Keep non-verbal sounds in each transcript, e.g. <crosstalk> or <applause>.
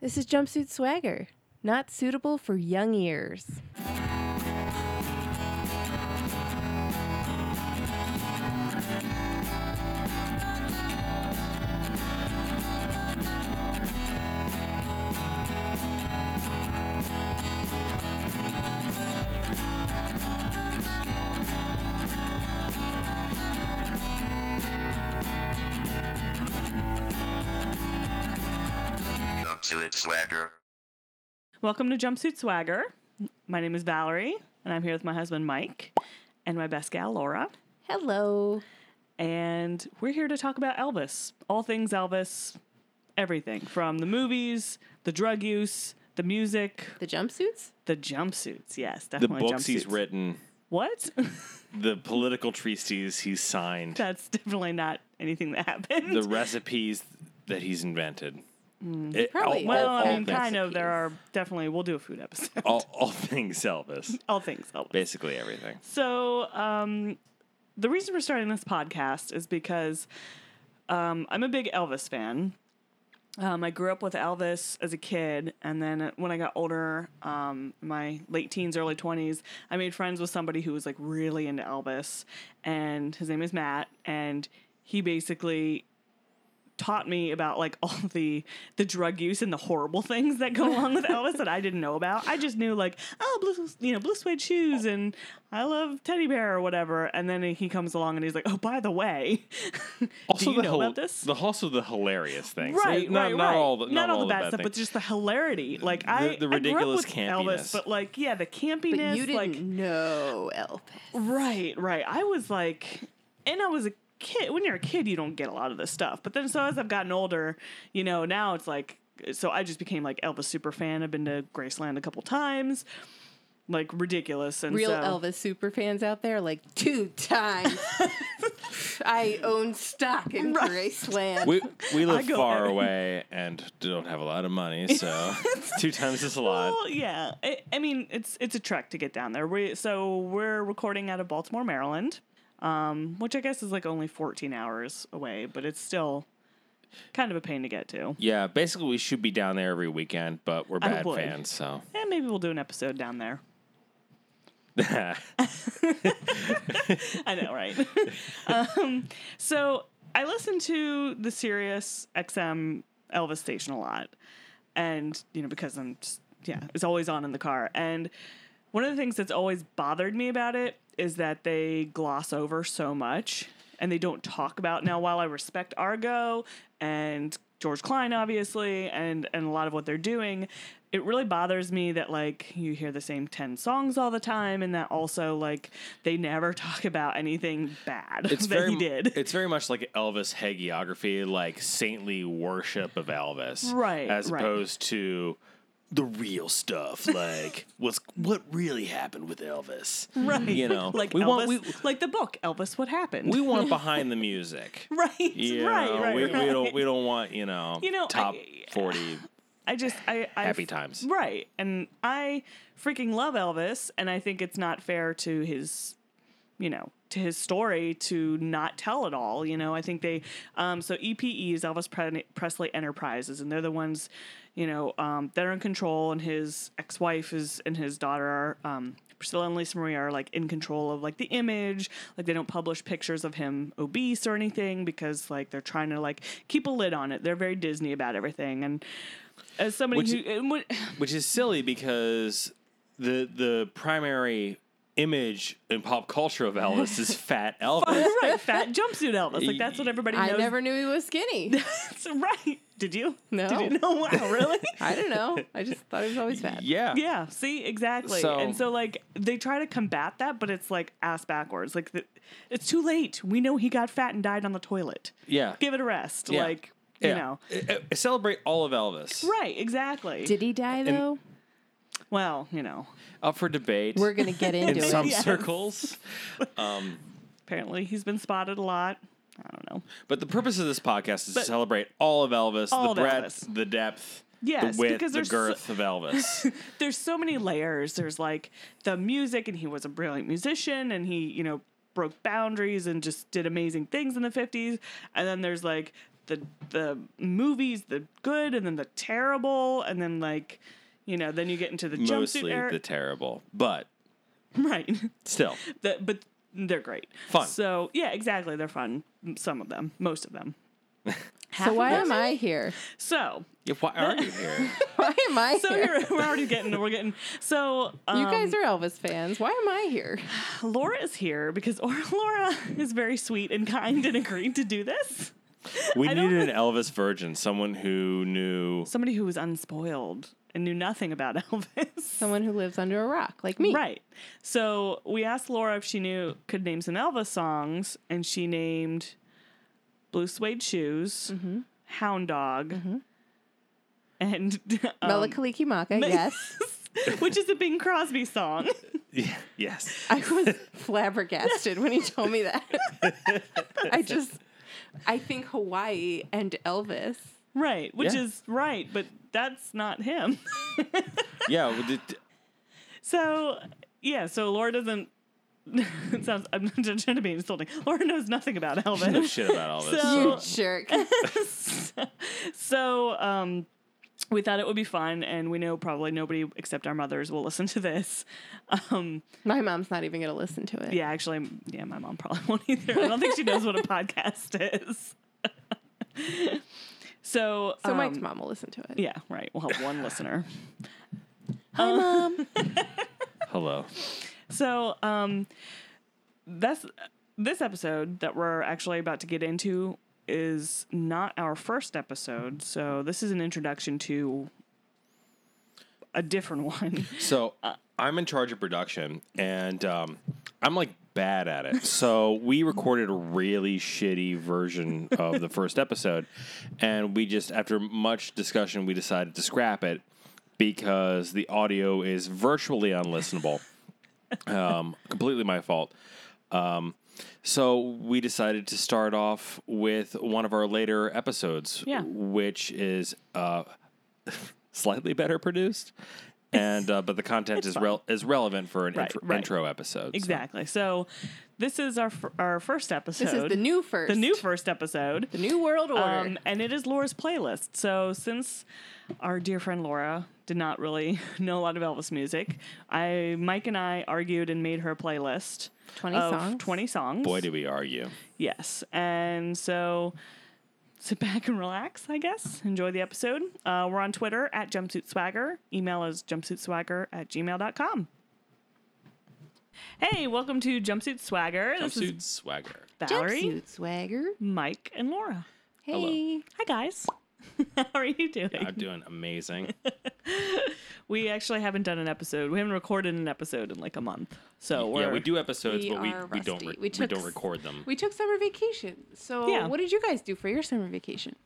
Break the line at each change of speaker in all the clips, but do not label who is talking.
This is Jumpsuit Swagger, not suitable for young ears.
Jumpsuit Swagger.
Welcome to Jumpsuit Swagger. My name is Valerie, and I'm here with my husband Mike and my best gal Laura.
Hello.
And we're here to talk about Elvis, all things Elvis, everything from the movies, the drug use, the music,
The jumpsuits?
the jumpsuits. Yes,
the
definitely
books
jumpsuits.
he's written,
What? <laughs>
the political treatises he's signed,
That's definitely not anything that happened.
the recipes that he's invented. It-
Probably
Mm, well,
all
I mean,
things,
Um, kind of. There are
recipes.
definitely. We'll do a food episode. <laughs>
all, all things Elvis.
all things Elvis.
Basically
<laughs>
everything.
So, um, the reason we're starting this podcast is because um, I'm a big Elvis fan. Um, I grew up with Elvis as a kid, and then when I got older, um, my late teens, early 20s, I made friends with somebody who was like really into Elvis, and his name is Matt, and he basically taught me about like <laughs> all the the drug use and the horrible things that go along with Elvis that I didn't know about. I just knew like oh blue you know blue suede shoes and I love teddy bear or whatever. And then he comes along and he's like oh by the way,
Also
do you
the
know
hel-
about this?
The, also the hilarious things.
Right,
not,
right,
not
right.
all the not, all
bad, stuff, but
things.
just the hilarity. Like I,
the
ridiculous
ridiculous
Elvis,
campiness.
but like yeah, the
But
campiness.
you didn't
like
know Elvis.
Right, right. I was like, and I was a kid. When you're a kid, you don't get a lot of this stuff. But then, so as I've gotten older, you know, now it's like, so I just became like Elvis super fan. I've been to Graceland a couple times, like ridiculous and
Real
so,
Elvis super fans out there, like <laughs> two times. I own stock in Graceland.
<laughs>
we, we
I
live
go
far
there.
away and don't have a lot of money,
<laughs>
so <laughs> two times is a lot.
Well, yeah. I, I mean, it's it's a trek to get down there. We so we're recording out of Baltimore, Maryland, um, which I guess is like only 14 hours away, but it's still kind of a pain to get to.
Yeah, basically we should be down there every weekend, but we're
I
bad
would.
fans, so <laughs>
And maybe we'll do an episode down there. I know, right? <laughs> um, so I listen to the Sirius XM Elvis station a lot, and you know because I'm just yeah, it's always on in the car. And one of the things that's always bothered me about it is that they gloss over so much and they don't talk about. Now, while I respect Argo and George Klein, obviously, and and a lot of what they're doing, it really bothers me that like you hear the same ten songs all the time, and that also like they never <laughs> talk about anything bad
it's
<laughs> that
very
he did.
It's very much like Elvis hagiography, like saintly worship of Elvis,
Right,
As
right.
opposed to the
<laughs>
real stuff, like what's what really happened with Elvis.
<laughs> right?
You know,
like
we
Elvis,
want we,
like the book Elvis, what happened?
we want behind the music.
<laughs> right,
You
right,
know,
right,
we,
right.
we don't we don't want you know,
You know,
top
I- <sighs>
forty.
I just I, I
Happy times.
right? And I freaking love Elvis, and I think it's not fair to his, you know, to his story to not tell it all. You know, I think they, um, so EPE is Elvis Pre- Presley Enterprises, and they're the ones, you know, um, that are in control, and his ex-wife is and his daughter are. Um, Priscilla and Lisa Marie are like in control of like the image, like they don't publish pictures of him obese or anything because like they're trying to like keep a lid on it. They're very Disney about everything, and as somebody
Which-
who and what-
which is silly because the the primary image in pop culture of
<laughs>
Elvis is fat
<laughs>
<laughs>
Elvis.
right fat jumpsuit Elvis like that's what everybody knows.
I never knew he was <laughs> skinny.
That's <laughs> right. Did you?
No.
Did you <laughs> know? Wow,
<laughs>
really?
I don't know. I just thought he was always fat.
Yeah.
yeah. See, exactly.
So-
and so like they try to combat that, but it's like ass backwards. Like the, it's too late. We know he got fat and died on the toilet.
Yeah.
Give it a rest.
Yeah.
Like you
Yeah.
know.
Uh, uh, celebrate all of Elvis.
Right. Exactly.
Did he die though?
well, you know.
Up for debate
We're gonna get into
in
it.
some
Yes.
circles.
Apparently, he's been spotted a lot. I don't know.
But the purpose of this podcast is
But-
to celebrate all of Elvis,
All of
the breadth,
Elvis.
the depth,
Yes,
the width,
because
the
there's
girth
<laughs>
of Elvis.
there's so many layers. There's like the music, and he was a brilliant musician, and he, you know, broke boundaries and just did amazing things in the 50s. And then there's like the the movies, the good and then the terrible, and then like you know, then you get into the
Mostly
jumpsuit era.
the terrible, but
<laughs> right. <laughs>
still.
The- but they're great.
Fun.
So yeah, exactly. They're fun. Some of them, most of them. Half
So
of
why am
them.
I <laughs> here?
So
Yeah, Why are you here?
Why am I
so
here?
here <laughs> we're already getting we're getting so um,
You guys are Elvis fans. Why am I here?
Laura is here because <laughs> or Laura is very sweet and kind and agreed to do this. <laughs>
We
I don't
needed an Elvis virgin, someone who
<laughs>
knew.
Somebody who was unspoiled and knew nothing about <laughs> Elvis.
Someone who lives under a rock, like me.
Right. So we asked Laura if she knew could name some Elvis songs, and she named Blue Suede Shoes, Hound Dog, and <laughs> um,
Bella Kaliki Maka, yes.
<laughs> which is a Bing Crosby song.
Yeah, yes.
I
<laughs>
was flabbergasted when he told me that. I just, I think Hawaii and Elvis.
right, which
Yeah.
is right, but that's not him.
Yeah. well,
<laughs>
did-
So yeah, so Laura doesn't. <laughs> it sounds I'm <laughs> not trying to be insulting. Laura knows nothing about
I
<laughs>
know
Elvis.
shit about Elvis.
So-
You
Oh.
jerk.
so um, we thought it would be fun, and we know probably nobody except our mothers will listen to this. Um,
<laughs> My mom's not even going to listen to it.
yeah, actually, yeah, my mom probably won't either. I don't think she knows what a podcast is. <laughs> so,
So Mike's
um,
mom will listen to it.
Yeah, right. We'll have one listener.
Hello.
So, um, that's this episode that we're actually about to get into is not our first episode. So, this is an introduction to a different <laughs> one.
So I'm in charge of production, and um, I'm like bad at it. So we recorded a really shitty version of the first episode, and we just, after much discussion, we decided to scrap it because the audio is virtually unlistenable. um, completely my fault. Um, so we decided to start off with one of our later episodes,
Yeah.
which is uh, <laughs> slightly better produced, and uh, but the content is rel- is relevant for an
Right,
intro,
right.
intro episode. so.
Exactly. So, this is our fir- our first episode.
This is the new first.
the new first episode.
The new world order.
Um, and it is Laura's playlist. So since our dear friend Laura did not really <laughs> know a lot of Elvis music, I Mike and I argued and made her a playlist
20
of
songs.
20 songs.
Boy, do we argue.
Yes. And so sit <laughs> back and relax, I guess. Enjoy the episode. Uh, we're on Twitter at Jumpsuit Swagger. Email is jumpsuitswagger at gmail.com. Hey, welcome to Jumpsuit Swagger. This is
Jumpsuit swagger.
Valerie,
Jumpsuit swagger.
Mike, and Laura.
Hey.
Hi, guys. <laughs> How are you doing?
I'm doing amazing.
We actually haven't done an episode. We haven't recorded an episode in like a month. So we're,
yeah, we do episodes,
We
but we,
are
we don't
rusty.
re-
We
we,
took
don't
s-
record them.
We took summer vacation. So
Yeah.
what did you guys do for your summer vacation?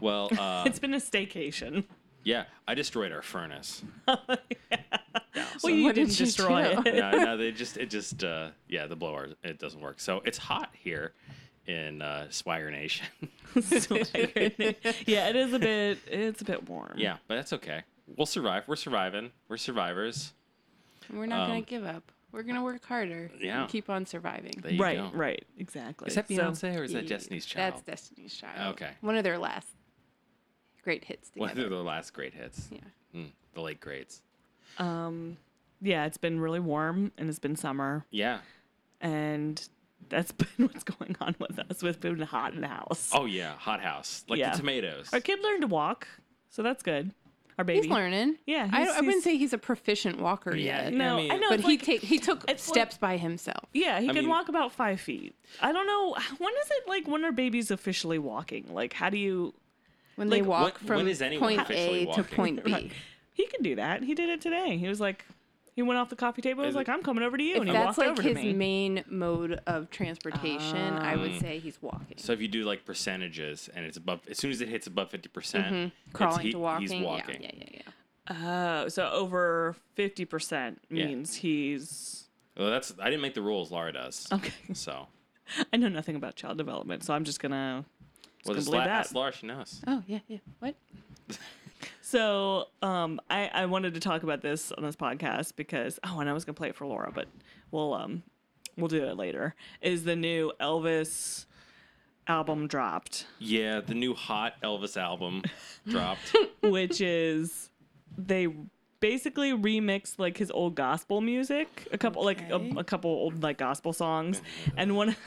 Well, uh,
It's been a staycation.
yeah, I destroyed our furnace.
well, you
what
didn't
did you
destroy
<laughs> do?
<laughs>
it. <laughs>
no, no, they just it just uh, yeah, the blower it doesn't work. So it's hot here in uh, Swagger Nation. <laughs>
<laughs> yeah, it is a bit. It's a bit warm.
yeah, but that's okay. We'll survive. We're surviving. We're survivors.
We're not
Um,
going to give up. We're going to work harder.
yeah.
And keep on surviving.
There you
Right.
go.
Right. Exactly.
Is that
So-
Beyonce or is that Destiny's Child?
That's Destiny's Child.
Okay.
One of their last great hits
One
together.
of their last great hits.
Yeah.
Mm, the late greats.
um, yeah, it's been really warm and it's been summer,
Yeah.
and that's <laughs> been what's going on with us. We've been hot in the house.
Oh yeah, hot house like
Yeah.
the tomatoes.
Our kid learned to walk, so that's good. Our baby.
He's learning.
Yeah,
I,
he's-
don't- I wouldn't
he's-
say he's a proficient walker
Yeah,
yet.
No, I,
I mean-
know.
But
it's
he
like-
ta- he took
it's like-
steps by himself.
Yeah, he
I
can
mean-
walk about five feet. I don't know <sighs> when is it like when are babies officially walking? Like how do you?
When they
Like,
walk
when-
from
when is anyone
point
officially
A to
walking?
point
<laughs>
B.
He can do that. He did it today. He was like, he went off the coffee table. He was
Is
like,
it-
I'm coming over to you,
If
and he
that's
walked
like
over
his
to me. Ah.
main mode of transportation, I would say he's walking.
So if you do like percentages and it's above, as soon as it hits above fifty percent,
Mm-hmm. Crawling
he,
to walking.
He's walking.
Yeah, yeah, yeah, yeah.
Oh, so over fifty percent means he's.
Well, that's I didn't make the rules. Laura does.
Okay.
So
I know nothing about child development, so I'm just gonna.
well, just
believe
la-
that.
ask Laura. She knows.
Oh yeah, yeah. What?
So, um, I I wanted to talk about this on this podcast because oh, and I was gonna play it for Laura, but we'll um, we'll do it later. Is the new Elvis album dropped,
Yeah, the new hot
<laughs>
Elvis album dropped.
which is they basically remixed like his old gospel music, a couple like
Okay.
a, a couple old like gospel songs, and one. <laughs>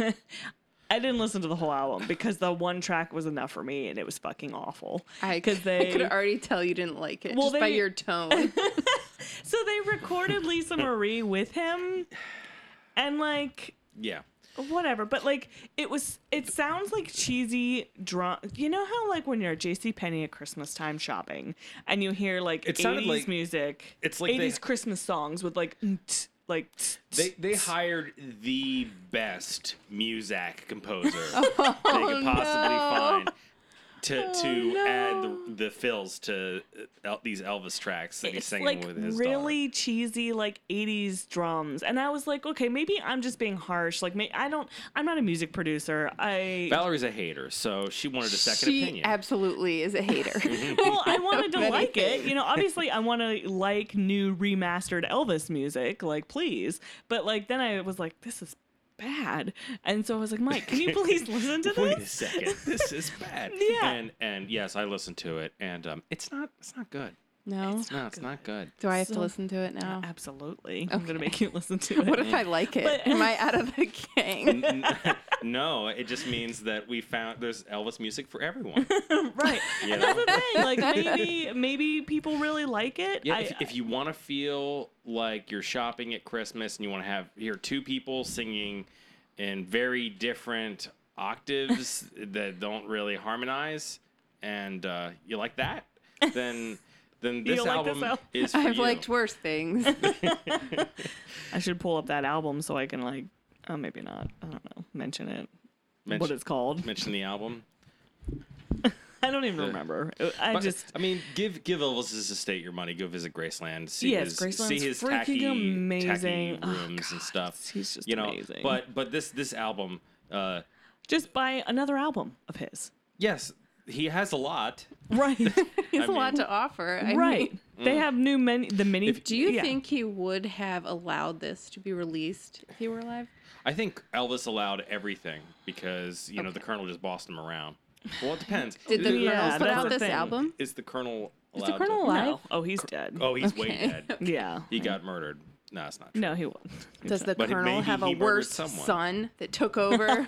I didn't listen to the whole album because the one track was enough for me, and it was fucking awful.
<laughs> I,
Because they
I could already tell you didn't like it
Well,
just by
they-
your
<laughs>
tone.
So they recorded Lisa Marie with him, and like
yeah.
whatever. But like it was, it sounds like cheesy drunk. You know how like when you're at J.C. Penney at Christmas time shopping, and you hear like
It sounded
80s
like-
music,
it's like they-
80s Christmas songs with like mm, t- like t-
They
t-
they hired the best
<laughs>
Muzak composer
Oh,
they could possibly find to to
no.
add the, the fills to uh, El- these Elvis tracks that he's
it's
singing
like
with his
really cheesy like 80s drums and i was like okay maybe i'm just being harsh like may- i don't i'm not a music producer i
daughter. Valerie's a hater, so she wanted a second
she
opinion. Mm-hmm.
absolutely is a hater.
<laughs> well, I wanted to
Many
like it. You know, obviously, I want to like new remastered Elvis music, like, please. But, like, then I was like, this is bad. And so I was like, Mike, can you please
<laughs>
listen to
<laughs> Wait a
this? <laughs>
second, this is bad.
Yeah.
And and yes, I listened to it, and um, it's not it's not good.
no,
No, it's not good.
do I have to
so-
listen to it now?
Absolutely. I'm going to make you listen to it.
What if I like it?
But- <laughs>
Am I out of the <laughs> gang?
N- <laughs> n- no, it just means that we found there's Elvis music
<laughs>
for everyone.
right.
You
And that's
know?
the thing. Like, maybe, maybe people really like it.
Yeah,
I-
if, if you want to feel like you're shopping at Christmas and you want to have hear two people singing in very different octaves
<laughs>
that don't really harmonize, and uh, you
<laughs>
like that, then then this
You'll like this
album
al- <laughs>
is for
I've
you.
liked worse things.
I should pull up that album so I can, like, oh, maybe not. I don't know. Mention it. what
Mention-
it's
<laughs>
called.
mention the album.
I don't even remember. I
But,
just.
I mean, give give Elvis his estate your money. Go visit Graceland. See
Yes,
his see
Graceland's
his
freaking
tacky,
amazing.
tacky
Oh,
rooms and
God,
stuff.
he's just
you know,
amazing.
but but this this album, uh,
just buy another album of his.
yes, he has a lot.
Right.
<laughs> He has a lot
mean-
to offer. I
right.
mean,
They
Mm.
have new many the mini
do you
yeah.
think he would have allowed this to be released if he were alive?
I think Elvis allowed everything because you know the Colonel just bossed him around. Well,
<laughs>
it depends.
Did the
Is-
Colonel
Yeah,
put
that's the
out this
thing.
album?
Is the Colonel allowed?
the Colonel
to...
alive?
No. Oh, he's dead.
Oh, he's way
Okay.
dead.
<laughs>
Yeah. <laughs>
He got murdered. No, it's not. True.
No, he won't.
Does the
But he-
Colonel
maybe
have a
he murdered
worse
someone.
son that took
<laughs>
over?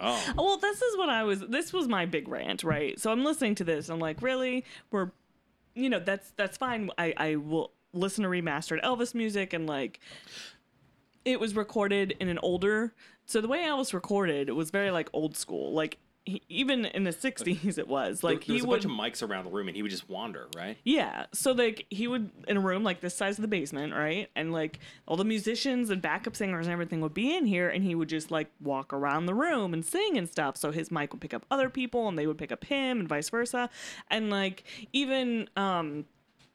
Oh,
Well, this is what I was this was my big rant, right? So I'm listening to this and I'm like, really? We're you know, that's that's fine. I I will listen to remastered Elvis music and like it was recorded in an older so the way Elvis recorded was very like old school. Like he, even in the 60s it was
there,
like he
there was a
would
bunch of mics around the room, and he would just wander, right?
Yeah. So like he would in a room like this size of the basement, right? And like all the musicians and backup singers and everything would be in here and he would just like walk around the room and sing and stuff. So his mic would pick up other people and they would pick up him and vice versa. And like even um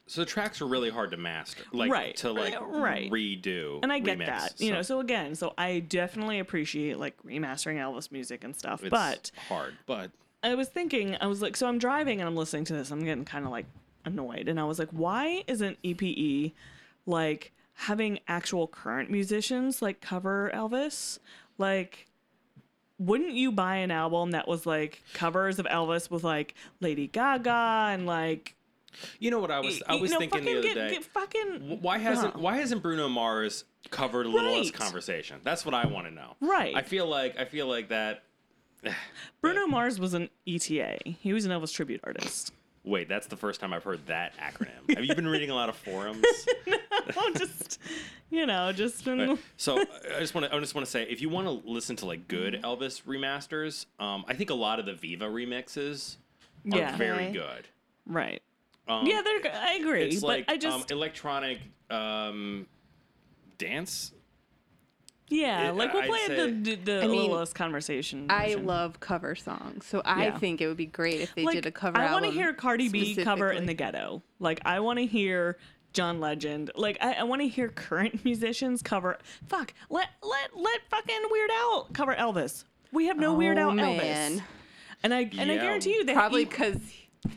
So the tracks were really hard to master, like
Right. Uh,
to like
Right.
redo.
and I get
remix,
that. You know,
so
so again, so I definitely appreciate like remastering Elvis music and stuff.
it's
but
hard, but
I was thinking, I was like, so I'm driving and I'm listening to this. I'm getting kind of like annoyed. And I was like, why isn't EPE like having actual current musicians like cover Elvis? Like, wouldn't you buy an album that was like covers of Elvis with like Lady Gaga and like,
you know what I was I
you
was
know,
thinking the
fucking
other
get,
day.
get fucking.
Why hasn't
Huh.
Why hasn't Bruno Mars covered a little less
Right.
conversation? That's what I want to know.
Right.
I feel like I feel like that.
Bruno Mars was an ETA, he was an Elvis tribute artist. <laughs>
Wait, that's the first time I've heard that acronym. Have you been reading a lot of
<laughs>
forums?
oh, just, you know, just. in-
Right. So I- I just want to I just want to say if you want to listen to like good
Mm-hmm.
Elvis remasters, um, I think a lot of the Viva remixes are
Yeah.
very
Okay.
good.
Right.
Um,
Yeah, they're. g- I agree,
it's
but
like
I just
um, electronic um, dance.
Yeah,
It-
like we'll
I'd
play
say-
the the, the
I mean,
little less conversation.
I
version.
love cover songs, so I
Yeah.
think it would be great if they
Like,
did a cover.
I
want
wanna
to
hear Cardi B cover in the ghetto. Like I want to hear John Legend. Like I, I want to hear current <laughs> musicians cover. Fuck, let let let fucking Weird Al cover Elvis. We have no Weird Al Elvis, and I and I
Yeah.
guarantee you they
Oh,
E
Probably because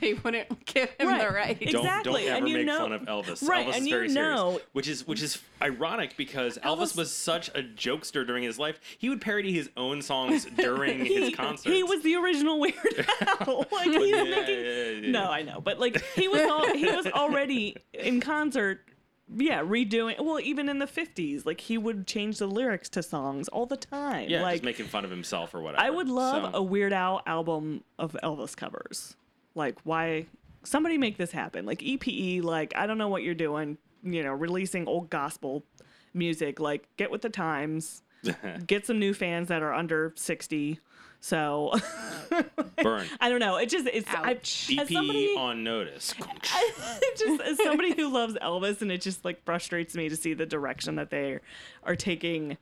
They wouldn't <laughs> give him the
Right.
right.
Don't-
Don't
Exactly,
ever
and you
make
know-
fun of Elvis.
Right,
Elvis
and
is
you
very
know-
serious, which is which is ironic because Elvis,
Elvis-
was such a jokester during his life. He would parody his own
<laughs>
songs during
he,
his concerts.
He was the original
<laughs>
Weird Al. <laughs> like he was
Yeah,
making.
yeah, yeah, yeah.
No, I know, but like he was all he was already in concert. Yeah, redoing. Well, even in the fifties, like he would change the lyrics to songs all the time.
yeah,
like
just making fun of himself or whatever.
I would love
So-
a Weird Al album of Elvis covers. Like, why? Somebody make this happen. Like EPE. Like, I don't know what you're doing. You know, releasing old gospel music. Like, get with the
<laughs>
times. get some new fans that are under sixty. So <laughs>
burn.
I don't know. It just it's I,
Ouch.
as
EP
somebody
on notice.
it <laughs> just as somebody who loves Elvis and it just like frustrates me to see the direction that they are taking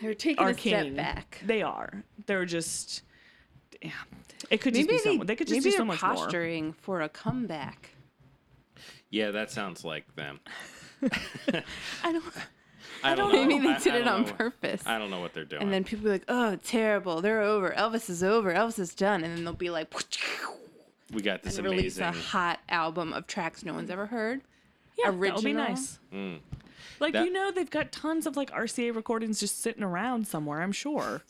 They're taking
our
a step
king.
back.
They are. They're just yeah. It could
Maybe
just be someone. They could just
maybe
do so
they're
much more.
posturing for a comeback.
Yeah, that sounds like them.
I don't.
I don't, know.
Maybe they
I- I
did it
don't
on
know.
purpose.
I don't know what they're doing.
And then people be like, "Oh, terrible! They're over. Elvis is over. Elvis is done." And then they'll be like,
we got this
and release
amazing.
a hot album of tracks no one's ever heard.
Yeah, that would be
original.
nice. Like
Mm. That-
you know, they've got tons of like RCA recordings just sitting around somewhere. I'm sure.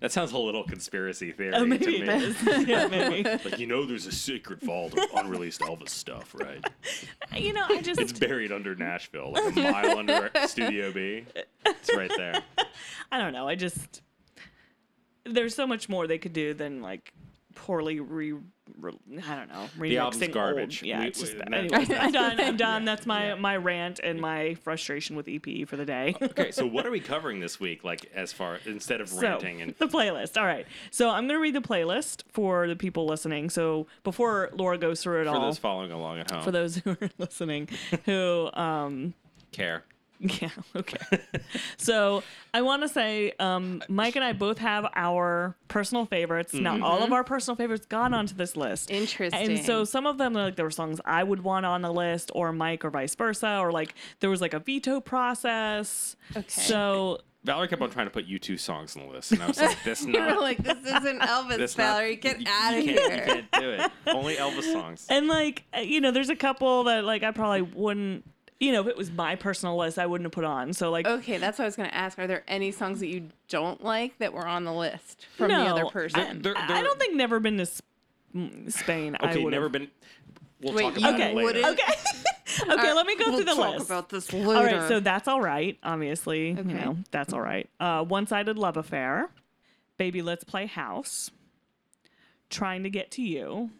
That sounds a little conspiracy theory
Oh, <laughs>
to
maybe it
me. <laughs>
is. <laughs> yeah, maybe.
Like you know, there's a secret vault of unreleased Elvis stuff, right?
You know, I just
It's buried under Nashville, like a mile under Studio B. It's right there.
I don't know. I just there's so much more they could do than like poorly re. re- I don't know. remixing
album's
old-
garbage.
Yeah,
We-
it's just
we-
that.
no.
Anyways, I'm done. I'm done. That's my
Yeah. Oh,
my rant and my frustration with EPE for the day.
Okay, so what are we covering this week? Like, as far instead
<laughs>
of
So,
ranting and
the playlist. All right. So I'm going to read the playlist for the people listening. So before Laura goes through it
for
all,
those following along at home,
for those <laughs> who are listening, who um
care.
<laughs> yeah okay. so I want to say um Mike and I both have our personal favorites.
Mm-hmm.
Now all of our personal favorites got onto this list. And
Interesting. <laughs>
so some of them like there were songs I would want on the list or Mike or vice versa or like there was like a veto process.
Okay.
So
Valerie kept on trying to put you two songs on the list, and I was like,
<laughs>
"This not
You're like, "This
<laughs>
isn't Elvis,
this not-
Valerie. Get
you-
out of
you
here."
can't- You can't do it. Only Elvis songs.
And like uh, you know, there's a couple that like I probably wouldn't. You know, if it was my personal list, I wouldn't have put on. So like,
Okay, that's what I was gonna ask. Are there any songs that you don't like that were on the list from the
No,
other
I-
person?
There-
I- I
there-
don't think never been to Sp- mm, Spain. <laughs> I
Okay,
would've-
never been. We'll
Wait,
talk
you
about it later.
wouldn't-
Okay. <laughs> okay, let me go
we'll
through the
talk
list.
about this later.
all right, so that's all right. Obviously,
Okay.
you know that's all right. Uh, one-sided love affair, baby. Let's play house. Trying to get to you.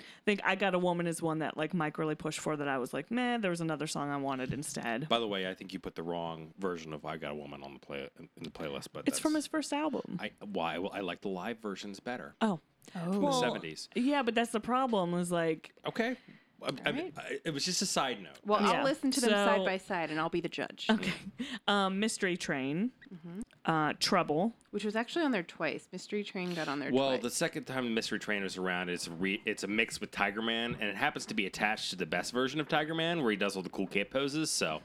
I think I got a woman is one that like Mike really pushed for that I was like, man, there was another song I wanted instead.
By the way, I think you put the wrong version of "I Got a Woman" on the play in the playlist, but
it's from
that's-
his first album.
I why well, I like the live versions better
oh,
oh.
from
Well,
the seventies.
Yeah, but that's the problem. Is like,
Okay, I, I mean,
Alright.
I, it was just a side note.
Well,
Yeah.
I'll listen to them
So-
side by side, and I'll be the judge.
um, Mystery Train,
Mm-hmm.
uh, Trouble.
Which was actually on there twice. Mystery Train got on there
Well, the
twice.
second time Mystery Train is around, it's re- it's a mix with Tiger Man, and it happens to be attached to the best version of Tiger Man, where he does all the cool kid poses. So,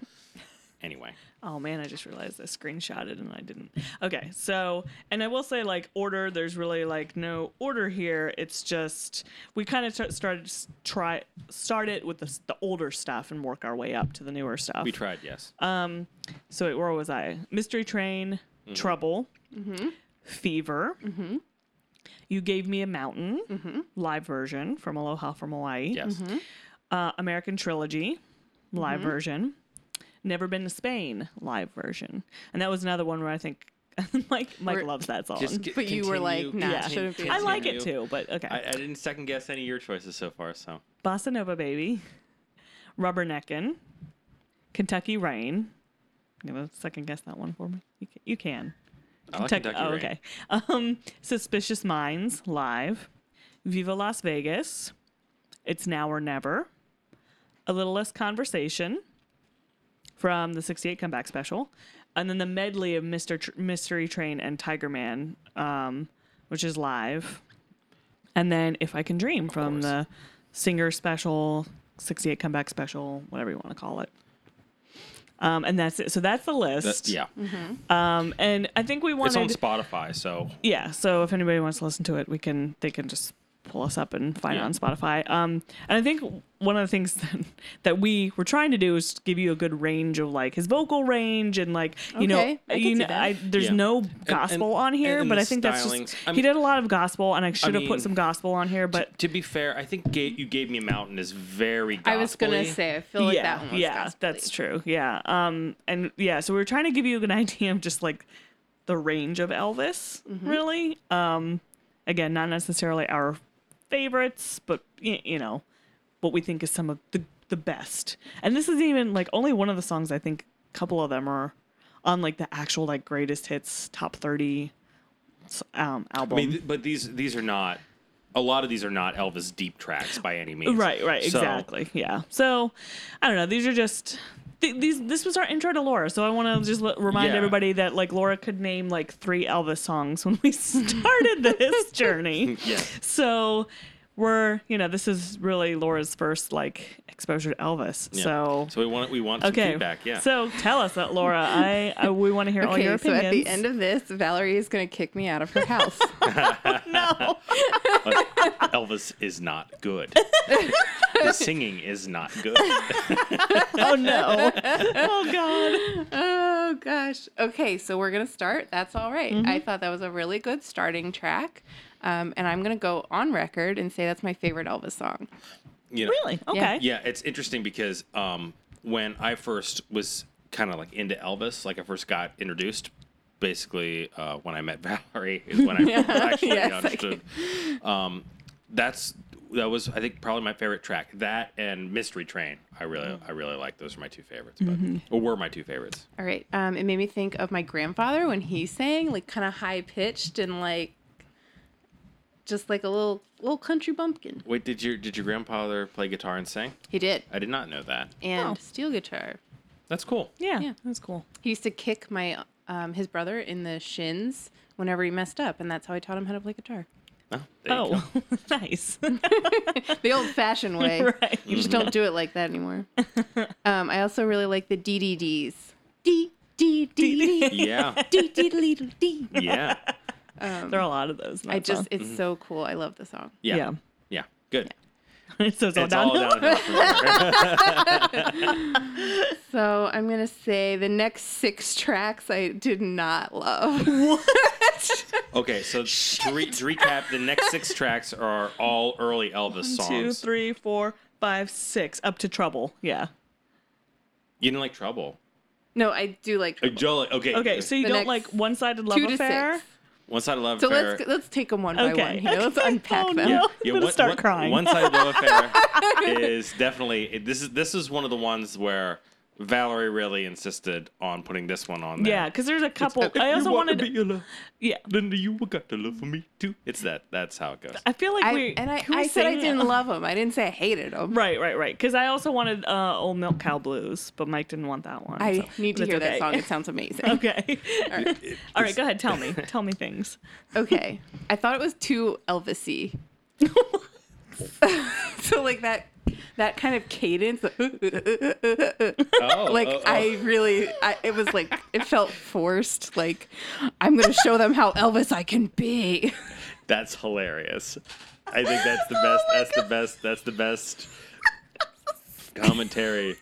anyway,
Oh man, I just realized I screenshotted and I didn't. Okay, so and I will say like order. There's really like no order here. It's just we kind of start, started s- try start it with the, s- the older stuff and work our way up to the newer stuff. <laughs>
we tried. Yes,
so wait, where was I? Mystery Train,
Mm-hmm.
Trouble, Fever. You gave me a mountain live version from Aloha from Hawaii.
yes.
uh, American Trilogy live
Mm-hmm.
version. Never Been to Spain live version. And that was another one where I think <laughs> Mike Mike
We're-
loves that song.
Just c-
But you were like,
continue,
nah,
continue,
shouldn't be.
I like it
continue.
too, but okay.
I, I didn't second guess any of your choices so far. So,
Bossa Nova Baby, Rubberneckin', Kentucky Rain. You gonna second guess that one for me? You can. You can.
I like Kentucky
oh,
Rain.
okay. Um, Suspicious Minds live, Viva Las Vegas, It's Now or Never, A Little Less Conversation from the '68 comeback special, and then the medley of Mister Tr- Mystery Train and Tiger Man, um, which is live, and then If I Can Dream from
course.
the Singer special '68 comeback special, whatever you want to call it. Um, and that's it. So that's the list.
yeah,
Um, and I think we wanted
it's on Spotify. So
yeah so if anybody wants to listen to it we can they can just pull pull us up and find
Yeah.
it on Spotify. Um, and I think one of the things <laughs> that, that we were trying to do is give you a good range of like his vocal range and like you know,
Okay, I can
you
see
know,
that.
I, there's
Yeah.
no
And-
gospel
and-
on here,
and
but
the
I think that's
stylings.
just
I
he
mean-
did a lot of gospel, and I should have
mean,
put some gospel on here, but
To be fair, I think Gate, you gave me a mountain is very.
I was gonna
gospel-y.
say I feel like that one was
yeah,
gospel-y.
that's true. Yeah. Um, and yeah, so we were trying to give you an <laughs> idea of just like the range of Elvis,
Mm-hmm.
really. Um, again, not necessarily our favorites, but y- you know, what we think is some of the the best. And this is even like only one of the songs. I think a couple of them are on like the actual like greatest hits top thirty s- um
I
album.
mean, th- but these these are not. A lot of these are not Elvis deep tracks by any means.
<laughs> Right, right,
So,
exactly. Yeah. So, I don't know. These are just th- these. This was our intro to Laura, so I want to just l- remind
Yeah.
everybody that like Laura could name like three Elvis songs when we <laughs> started
<laughs>
this journey.
Yeah.
So we're you know this is really Laura's first like exposure to Elvis.
yeah.
So.
so we want we want some
Okay.
feedback. Yeah.
So tell us that, Laura. I, I we want to hear all your
Okay, so
opinions.
at the end of this, Valerie is gonna kick me out of her
<laughs>
house.
no, <laughs>
But Elvis is not good. the singing is not good.
<laughs> oh
<laughs>
no, oh god.
oh gosh. Okay, so we're gonna start. That's all right. I thought that was a really good starting track, um, and I'm gonna go on record and say that's my favorite Elvis song.
You know,
Really? Okay.
Yeah, it's interesting because um, when I first was kind of like into Elvis, like I first got introduced, basically uh, when I met <laughs> Valerie is when I actually
Yes, I
understood. Um, that's that was I think probably my favorite track. That and Mystery Train. I really I really like those are my two favorites, but or were my two favorites.
All right. Um, it made me think of my grandfather when he sang, like kind of high pitched and like just like a little little country bumpkin.
Wait, did your did your grandfather play guitar and sing?
He did,
I did not know that.
and
Oh.
steel guitar.
That's cool.
Yeah.
Yeah.
That's cool.
He used to kick my um, his brother in the shins whenever he messed up, and that's how I taught him how to play guitar. <laughs>
Oh, there you go.
oh, <laughs> nice.
The old fashioned way.
<laughs> right.
You just don't do it like that anymore.
<laughs>
Um, I also really like the DDDs. D D D D
<laughs>
yeah,
D D D D.
yeah,
There are a lot of those. in
I
that song.
just, it's so cool. I love the song.
yeah, yeah.
Yeah. so
Good.
<laughs> it's all
It's all
downhill.
downhill from there.
So I'm gonna say the next six <laughs> tracks I did not love.
<laughs>
Okay, so to, re- to recap, the next six tracks are all early Elvis songs.
<laughs> Two, three, four, five, six. Up to trouble. Yeah.
You didn't like Trouble.
No, I do like
Uh, Jolly. Okay.
Okay, so you
The
don't
next
like one-sided love
two to
affair.
six.
One side of love
So
affair.
let's let's take them one by
Okay,
one. You know,
<laughs>
let's
okay.
unpack
Oh,
them.
no. <laughs> I'm
Yeah, yeah.
gonna
one-
start
one-
crying.
One side of love
<laughs>
affair is definitely it- this is this is one of the ones where Valerie really insisted on putting this one on. There.
Yeah, because there's a couple.
If
I
you
also
wanna
wanted.
be alone,
<laughs> yeah.
then you got to love me too. It's that. That's how
<laughs>
it goes.
I feel like
I,
we.
and I,
can we
I said I
sing-
didn't love them. I didn't say I hated them.
Right, right, right. Because I also wanted uh, old milk cow blues, but Mike didn't want that one.
I
so-
need to
but
hear
it's
that
okay. <laughs>
song. It sounds amazing.
okay. All right. go ahead. Tell
<laughs>
me. Tell me things.
<laughs> Okay. I thought it was too Elvisy. <laughs> so like that that kind of cadence
Oh,
<laughs> like
oh, oh.
I really I, it was like it felt forced like I'm going to show them how Elvis I can be.
That's hilarious. I think that's the best. that's the best. That's the best commentary.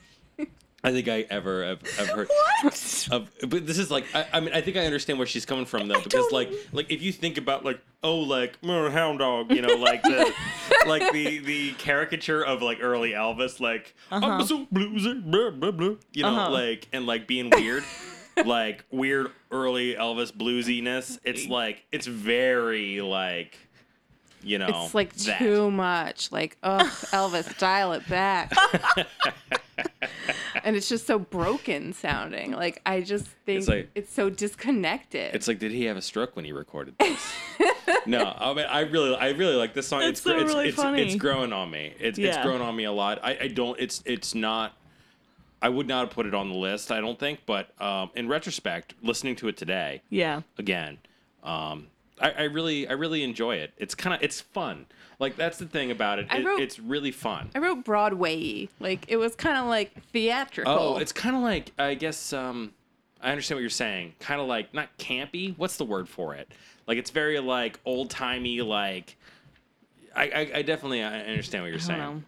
I think I ever have, have heard.
<laughs>
What?
Of, but this is like, I, I mean, I think I understand where she's coming from though, because
don't-
like, like if you think about like, oh, like "Mm, hound dog, you know,
<laughs>
like the, like the the caricature of like early Elvis, like
Uh-huh.
I'm so bluesy, blah blah blah, you know,
Uh-huh.
like and like
<laughs>
being weird. like weird early Elvis bluesiness. It's like it's very like you know
It's like
Oh, that.
too much. Like, oh,
<laughs>
Elvis, dial it back. and it's just so broken sounding. Like, I just think it's,
like-
so disconnected.
It's like, did he have a stroke when he
<laughs>
recorded this? no, I mean, I really, I really like this song.
That's
it's gr-
so
it's,
really
it's,
funny.
it's growing on me. It's it's
Yeah.
grown on me a lot. I, I don't. It's it's not. I would not have put it on the list. I don't think. But um, in retrospect, listening to it today
Yeah.
again, um, I, I really, I really enjoy it. It's kind of, it's fun. Like that's the thing about it.
I
it
wrote-
it's really fun.
I wrote Broadway. Like, it was kind of like theatrical.
Oh, it's kind of like I guess um, I understand what you're saying. Kind of like not campy. What's the word for it? Like it's very like old timey. Like I, I, I definitely I understand what you're
I don't
saying.
know.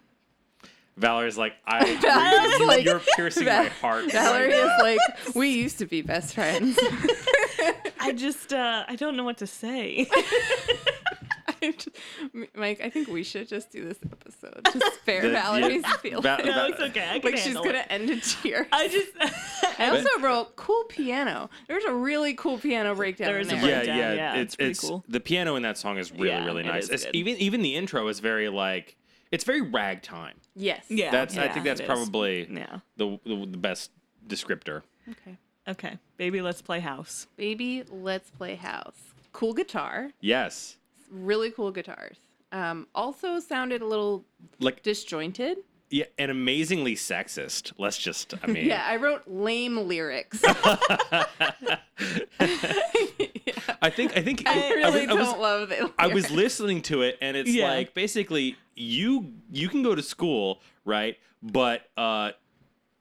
<laughs>
Valerie's like, I,
Valerie's
you,
like-
you're piercing my
Val-
heart.
<laughs>
right
Valerie
now.
is
<laughs>
like, we used to be best friends. <laughs>
I just uh, I don't know what to say.
I just- M- Mike, I think we should just do this
<laughs>
episode to spare
The- yeah,
Valerie's feelings.
Val-
no,
Val-
it's okay. I can
like she's
handle
gonna
it.
end in
<laughs>
tears.
I just <laughs>
I also wrote cool piano. There's a really cool piano breakdown.
There
in
is a
there.
yeah,
breakdown,
yeah,
yeah, it's
It's it's,
pretty cool.
the piano in that song is really
Yeah,
really
it
nice.
is
It's,
good.
even even the intro is very like it's very ragtime.
Yes.
yeah.
That's I
yeah,
think that's
it is.
probably
yeah.
the, the the best descriptor.
Okay.
Okay, baby, let's play house.
Baby, let's play house. Cool guitar.
Yes,
Really cool guitars. Um, also sounded a little
like
disjointed.
yeah, and amazingly sexist. Let's just
<laughs>
I mean
Yeah, I wrote lame lyrics. <laughs>
I think I think
I really
was- I
don't
was-
love it.
I was listening to it, and it's
Yeah.
like basically you you can go to school, right? But uh,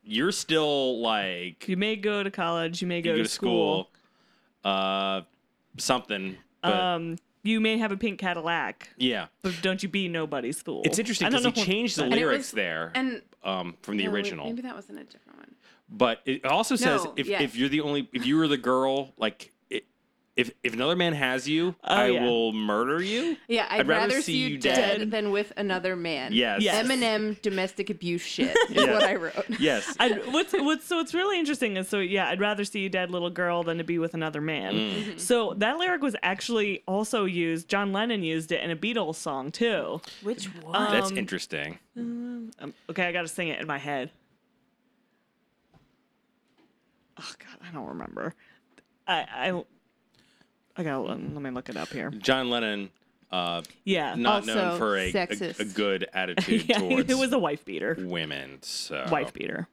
you're still like
You may go to college. You may go,
you
to, school.
uh, something. But
Um, you may have a pink Cadillac,
yeah,
but don't you be nobody's fool.
it's interesting
I don't
because he
know what-
changed the
And
it
lyrics
was-
there
and
um, from the
No, wait,
original,
maybe that wasn't a different one.
but it also says
No,
if,
yeah.
if you're the only if you were the girl, like i if if another man has you,
Oh,
I
yeah.
will murder you.
Yeah, I'd, rather, see you dead,
dead.
than with another man.
Yes.
Yes.
Eminem domestic abuse shit is
Yes.
what I wrote.
Yes,
I'd, what's what's so what's really interesting is so yeah I'd rather see you dead little girl than to be with another man. So that lyric was actually also used. John Lennon used it in a Beatles song too.
Which one?
that's
um,
interesting.
Um, okay, I got to sing it in my head. Oh God, I don't remember. I I, I got let me look it up here.
John Lennon. Uh,
Yeah, Oh,
not known
Also
for a, a,
sexist. <laughs>
a good attitude
<laughs> yeah,
towards
it was a wife beater.
women. So
Wife beater.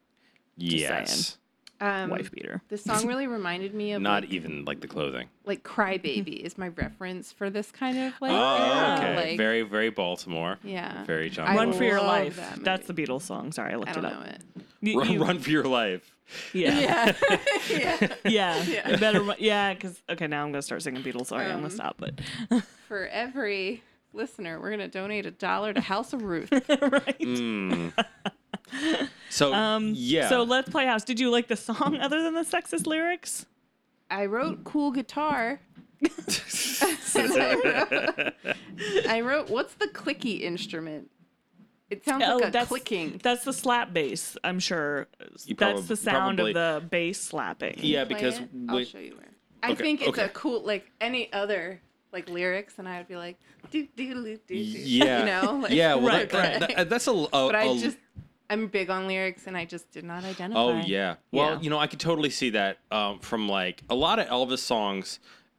yes,
Um,
Wife beater.
This song really reminded me of
not
like,
even like the clothing.
<laughs>
like Crybaby is my reference for this kind of like.
Oh,
era,
okay.
like-
very, very Baltimore.
Yeah.
Very John.
I
Run
Lennon.
for your
love
life.
that
That's the Beatles song. Sorry, I looked
I don't
it
know
up.
it.
You-
Run,
you-
run for your life.
Yeah. Yeah.
<laughs> Yeah. yeah.
<laughs> yeah. You better run. Yeah, because, okay, now I'm going to start singing Beatles. Sorry, I'm going
Um,
to stop. But,
<laughs>
<laughs>
For every listener, we're going to donate a dollar to House of Ruth.
right.
Hmm.
<laughs>
So
Um,
Mm, yeah. <laughs>
So let's play house. Did you like the song other than the sexist lyrics?
I wrote
Mm.
cool guitar. I wrote what's the clicky instrument? It sounds like a clicking.
Oh, That's the slap bass, I'm sure.
You
that's the
probab-
sound
probably-
of the bass slapping.
yeah,
Play
because
it. I'll
when-
show you where. I
Okay,
think it's
okay.
a cool like any other like lyrics, and I would be like do do do do. <laughs>
yeah,
you know, like,
yeah.
<laughs>
Well,
Right,
that, that-
right.
that- that's a. a-
But I
a-
just I'm big on lyrics, and I just did not identify.
Oh yeah. Well,
Yeah.
you know, I could totally see that um, from like a lot of Elvis songs,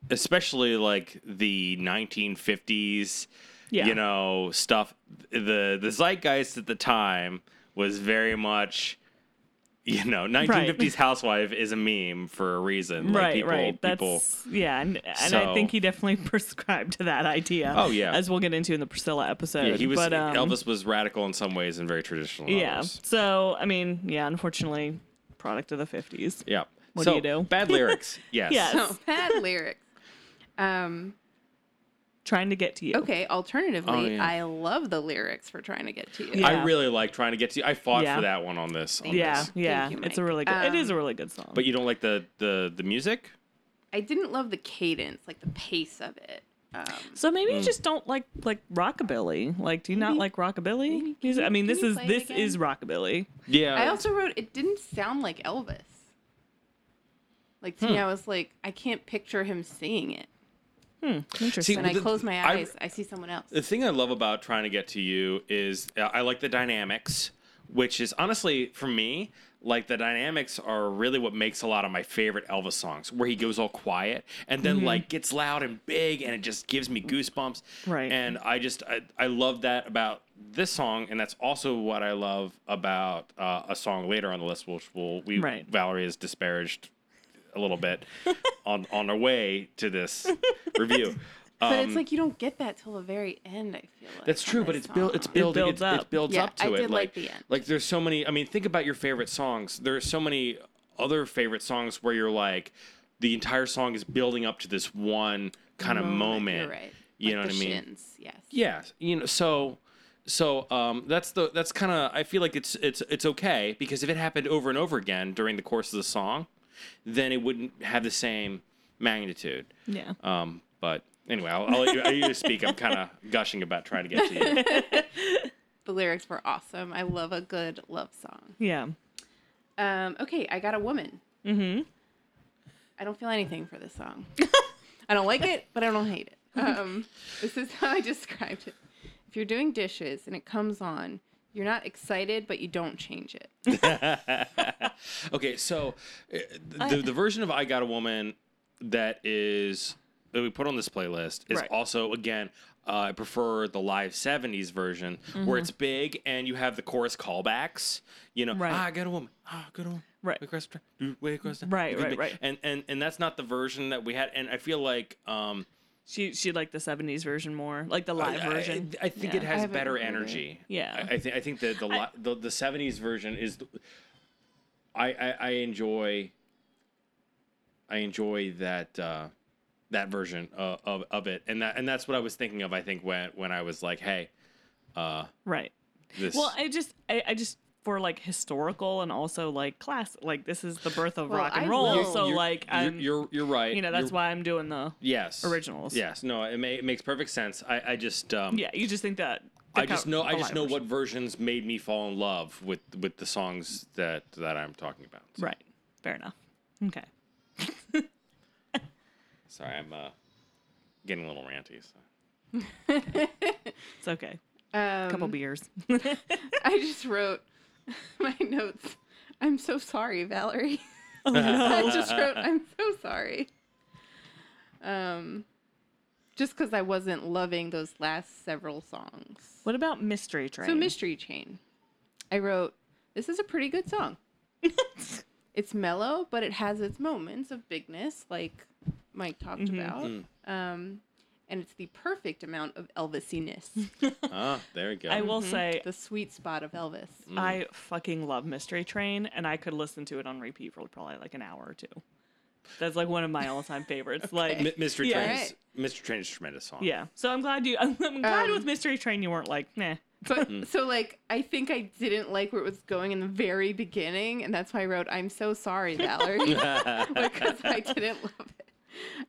especially like the 1950s.
Yeah.
You know, stuff. The the zeitgeist at the time was very much. You know, 1950s housewife is a meme for a reason. Like,
right,
people,
right. That's
People,
yeah, and, and
So-
I think he definitely <laughs> prescribed to that idea.
Oh, yeah.
as we'll get into in the Priscilla episode.
yeah, he was
but, um,
Elvis was radical in some ways and very traditional. In
Yeah.
Others.
So I mean, yeah, unfortunately, product of the fifties.
Yeah.
What do
so,
you do? <laughs>
Bad lyrics. Yes.
Yeah.
So Oh, bad lyrics. Um.
Trying to get to you.
Okay. Alternatively,
Oh, yeah.
I love the lyrics for trying to get to you.
Yeah.
I really like trying to get to you. I fought
Yeah.
for that one on this. On
Yeah,
this.
yeah.
you,
it's a
Mike.
really good. it is a
Um,
really good song.
But you don't like the the the music?
I didn't love the cadence, like the pace of it. Um,
so maybe
Mm.
you just don't like like rockabilly. Like, do you not
Maybe-
like rockabilly?
maybe- can
music? I
you-
mean,
can
this
you
is
play it
this is
again?
rockabilly.
Yeah.
I also wrote it didn't sound like Elvis. Like
Hmm.
to me, I was like, I can't picture him singing it.
Interesting.
When I
the-
close my
I-
eyes, I, see someone else.
the thing I love about trying to get to you is uh, I like the dynamics, which is honestly for me, like the dynamics are really what makes a lot of my favorite Elvis songs, where he goes all quiet and then
Mm-hmm.
like gets loud and big, and it just gives me goosebumps.
Right.
And I just I, I love that about this song, and that's also what I love about uh, a song later on the list, which will we
Right.
Valerie has disparaged a little bit
<laughs>
on on our way to this review.
but it's like you don't get that till the very end. I feel like
um, That's
on
true, but
this
it's built.
song.
It's building. It
builds
builds up.
up.
It builds
Yeah,
up to
I
it.
did like the end.
Like there's so many. I mean, think about your favorite songs. There are so many other favorite songs where you're like, the entire song is building up to this one kind of
Moment,
moment.
you're right.
You know
Like
what
the
I mean?
Shins, yes.
Yeah, you know, so so um, that's the that's kind of I feel like it's it's it's okay because if it happened over and over again during the course of the song, then it wouldn't have the same magnitude.
Yeah.
Um, but anyway, I'll, I'll let you, I'll let you speak. I'm kind of gushing about trying to get to you.
The lyrics were awesome. I love a good love song.
Yeah.
Um, okay, I got a woman.
Mm-hmm.
I don't feel anything for this
<laughs>
song. I don't like it, but I don't hate it. Um, this is how I <laughs> described it. If you're doing dishes and it comes on, you're not excited, but you don't change it.
okay, so uh, the the version of "I Got a Woman" that is that we put on this playlist is
Right.
also again. Uh, I prefer the live '70s version
Mm-hmm.
where it's big and you have the chorus callbacks. You know,
Right.
ah, I got a woman, ah, I got a woman,
Right.
We crossed the- do- we crossed the-
Right,
look at
right,
me."
right.
And and and that's not the version that we had. And I feel like um,
She she liked the '70s version more, like the live
I- I-
version.
I, think
Yeah.
it has
haven't
better
heard it.
energy.
Yeah.
I, I think I think that the, li- the the seventies version is. the- I, I I enjoy. I enjoy that uh, that version uh, of of it, and that and that's what I was thinking of. I think when when I was like, hey, uh,
right.
this.
Well, I just I, I just for like historical and also like class like this is the birth of
Well,
rock and
I
roll.
will-
So
you're,
like
you're,
I'm,
you're you're right.
you know that's
You're-
why I'm doing the
yes
originals.
Yes, no, it, may, it makes perfect sense. I I just um,
yeah. You just think that the
I just
co-
know
the
I just
live
know
version.
what versions made me fall in love with with the songs that that I'm talking about. So,
Right. Fair enough. Okay.
Sorry, I'm uh, getting a little ranty. So.
<laughs> It's okay.
Um,
A couple beers.
I just wrote <laughs> my notes. I'm so sorry,
<laughs>
Valerie.
Oh,
I just wrote, I'm so sorry. Um, just because I wasn't loving those last several songs.
<laughs> what about Mystery Train?
So, Mystery Chain. I wrote, this is a pretty good song. it's mellow, but it has its moments of bigness, like Mike talked about.
Mm.
Um, and it's the perfect amount of Elvisiness,
Ah, there you go.
<laughs> I will say
the sweet spot of Elvis.
Mm.
I fucking love Mystery Train, and I could listen to it on repeat for probably like an hour or two. That's like one of my all-time
<laughs>
favorites.
M-
Like,
Mr.
Yeah.
Train's Mr. Train's a tremendous song. <laughs>
yeah. So I'm glad you. <laughs> I'm, glad
Um,
with Mystery Train you weren't like, nah.
But <laughs>
Mm.
so like I think I didn't like where it was going in the very beginning, and that's why I wrote, "I'm so sorry,
<laughs>
Valerie," <laughs> because I didn't love it.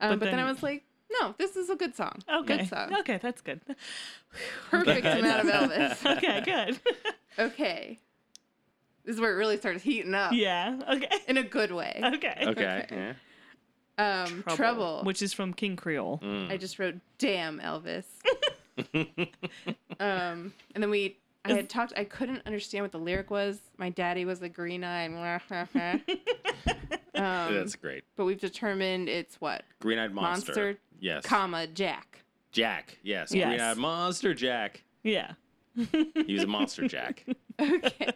Um, but, then, I
then-
was like, "No, this is a good song.
Okay.
good song.
<laughs> Okay, that's good.
Perfect
<laughs>
amount of Elvis."
Okay, good. <laughs>
Okay, this is where it really starts heating up
yeah. Okay.
<laughs> in a good way.
Okay.
Okay. yeah.
Um, trouble.
which is from King Creole.
Mm.
I just wrote, "Damn,
<laughs>
Elvis." um, and then we. I had talked. I couldn't understand what the lyric was. My daddy was a green eye.
<laughs>
And um,
That's great.
but we've determined it's what
Green Eyed Monster.
Monster,
Yes.
comma jack <laughs>
Jack. Yes.
Yes.
Green Eyed Monster Jack.
Yeah.
He was a
<laughs>
monster Jack.
okay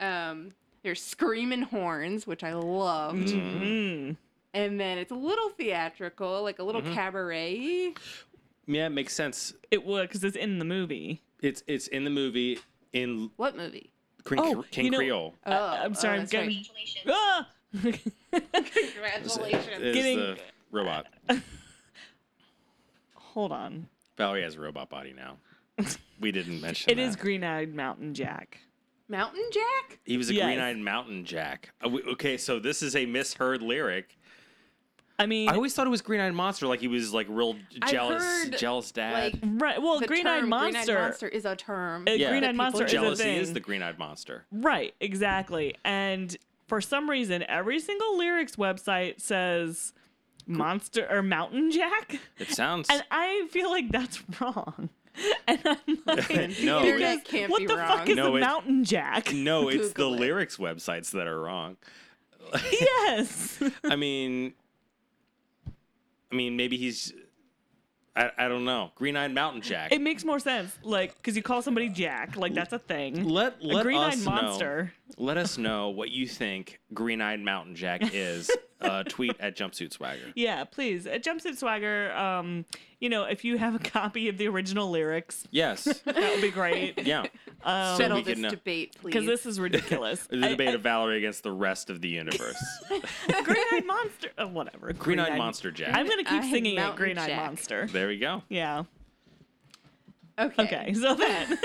um there's screaming horns which i loved
Mm.
and then it's a little theatrical like a little
Mm-hmm.
cabaret
Yeah, it makes sense.
It would because it's in the movie.
It's it's in the movie in
what movie
King,
Oh,
King
you know-
Creole.
oh
I- I'm sorry. Ah! I'm
that's right.
getting. Ah!
congratulations
Is
Getting-
the robot.
<laughs> Hold on.
Valerie has a robot
<laughs>
body now. We didn't mention
It
that.
is Green Eyed Mountain Jack.
mountain jack
He was a
Yes.
green-eyed mountain jack. Uh, we- Okay, so this is a misheard lyric.
I mean,
I always thought it was green-eyed monster, like he was like real
I've
jealous,
heard,
jealous dad.
like
right? Well,
the
Green Eyed
term
Monster.
monster is a term
Uh,
Yeah.
Green
That
Eyed
people
Monster is a
Jealousy
thing.
is, the green-eyed monster.
right, exactly. And for some reason, every single lyrics website says Monster or
<laughs>
Mountain Jack,
It sounds.
and <laughs> I feel like that's wrong. <laughs> And
<laughs>
I'm like,
<laughs> No,
Internet
it's-
can't
what
be
the
wrong
fuck is
No,
a
it-
Mountain Jack?
<laughs> no, it's the
Google it.
lyrics websites that are wrong.
<laughs> yes.
I mean, I mean, maybe he's. I, I don't know. Green-eyed mountain jack.
It makes more sense, like, because you call somebody Jack, like that's a thing.
let let
green-eyed
us
monster. <laughs>
know. Let us know what you think green-eyed mountain jack is uh, tweet at Jumpsuit Swagger.
Yeah, please. At Jumpsuit Swagger, um, you know, if you have a copy of the original lyrics,
Yes.
that would
<laughs>
be great. <laughs>
Yeah.
Um,
So we
Settle
can,
this
uh,
debate, please.
because
<laughs>
this is ridiculous.
The
I-
debate of Valerie against the rest of
<laughs>
the universe.
I- Green-eyed monster, oh, whatever.
Green Eyed Monster Jack.
I'm gonna keep
Green-eyed
singing it.
Mountain
Green-eyed
Jack.
monster.
there
<laughs>
we go.
Yeah.
okay.
Okay.
<laughs>
So <laughs> then.
<laughs>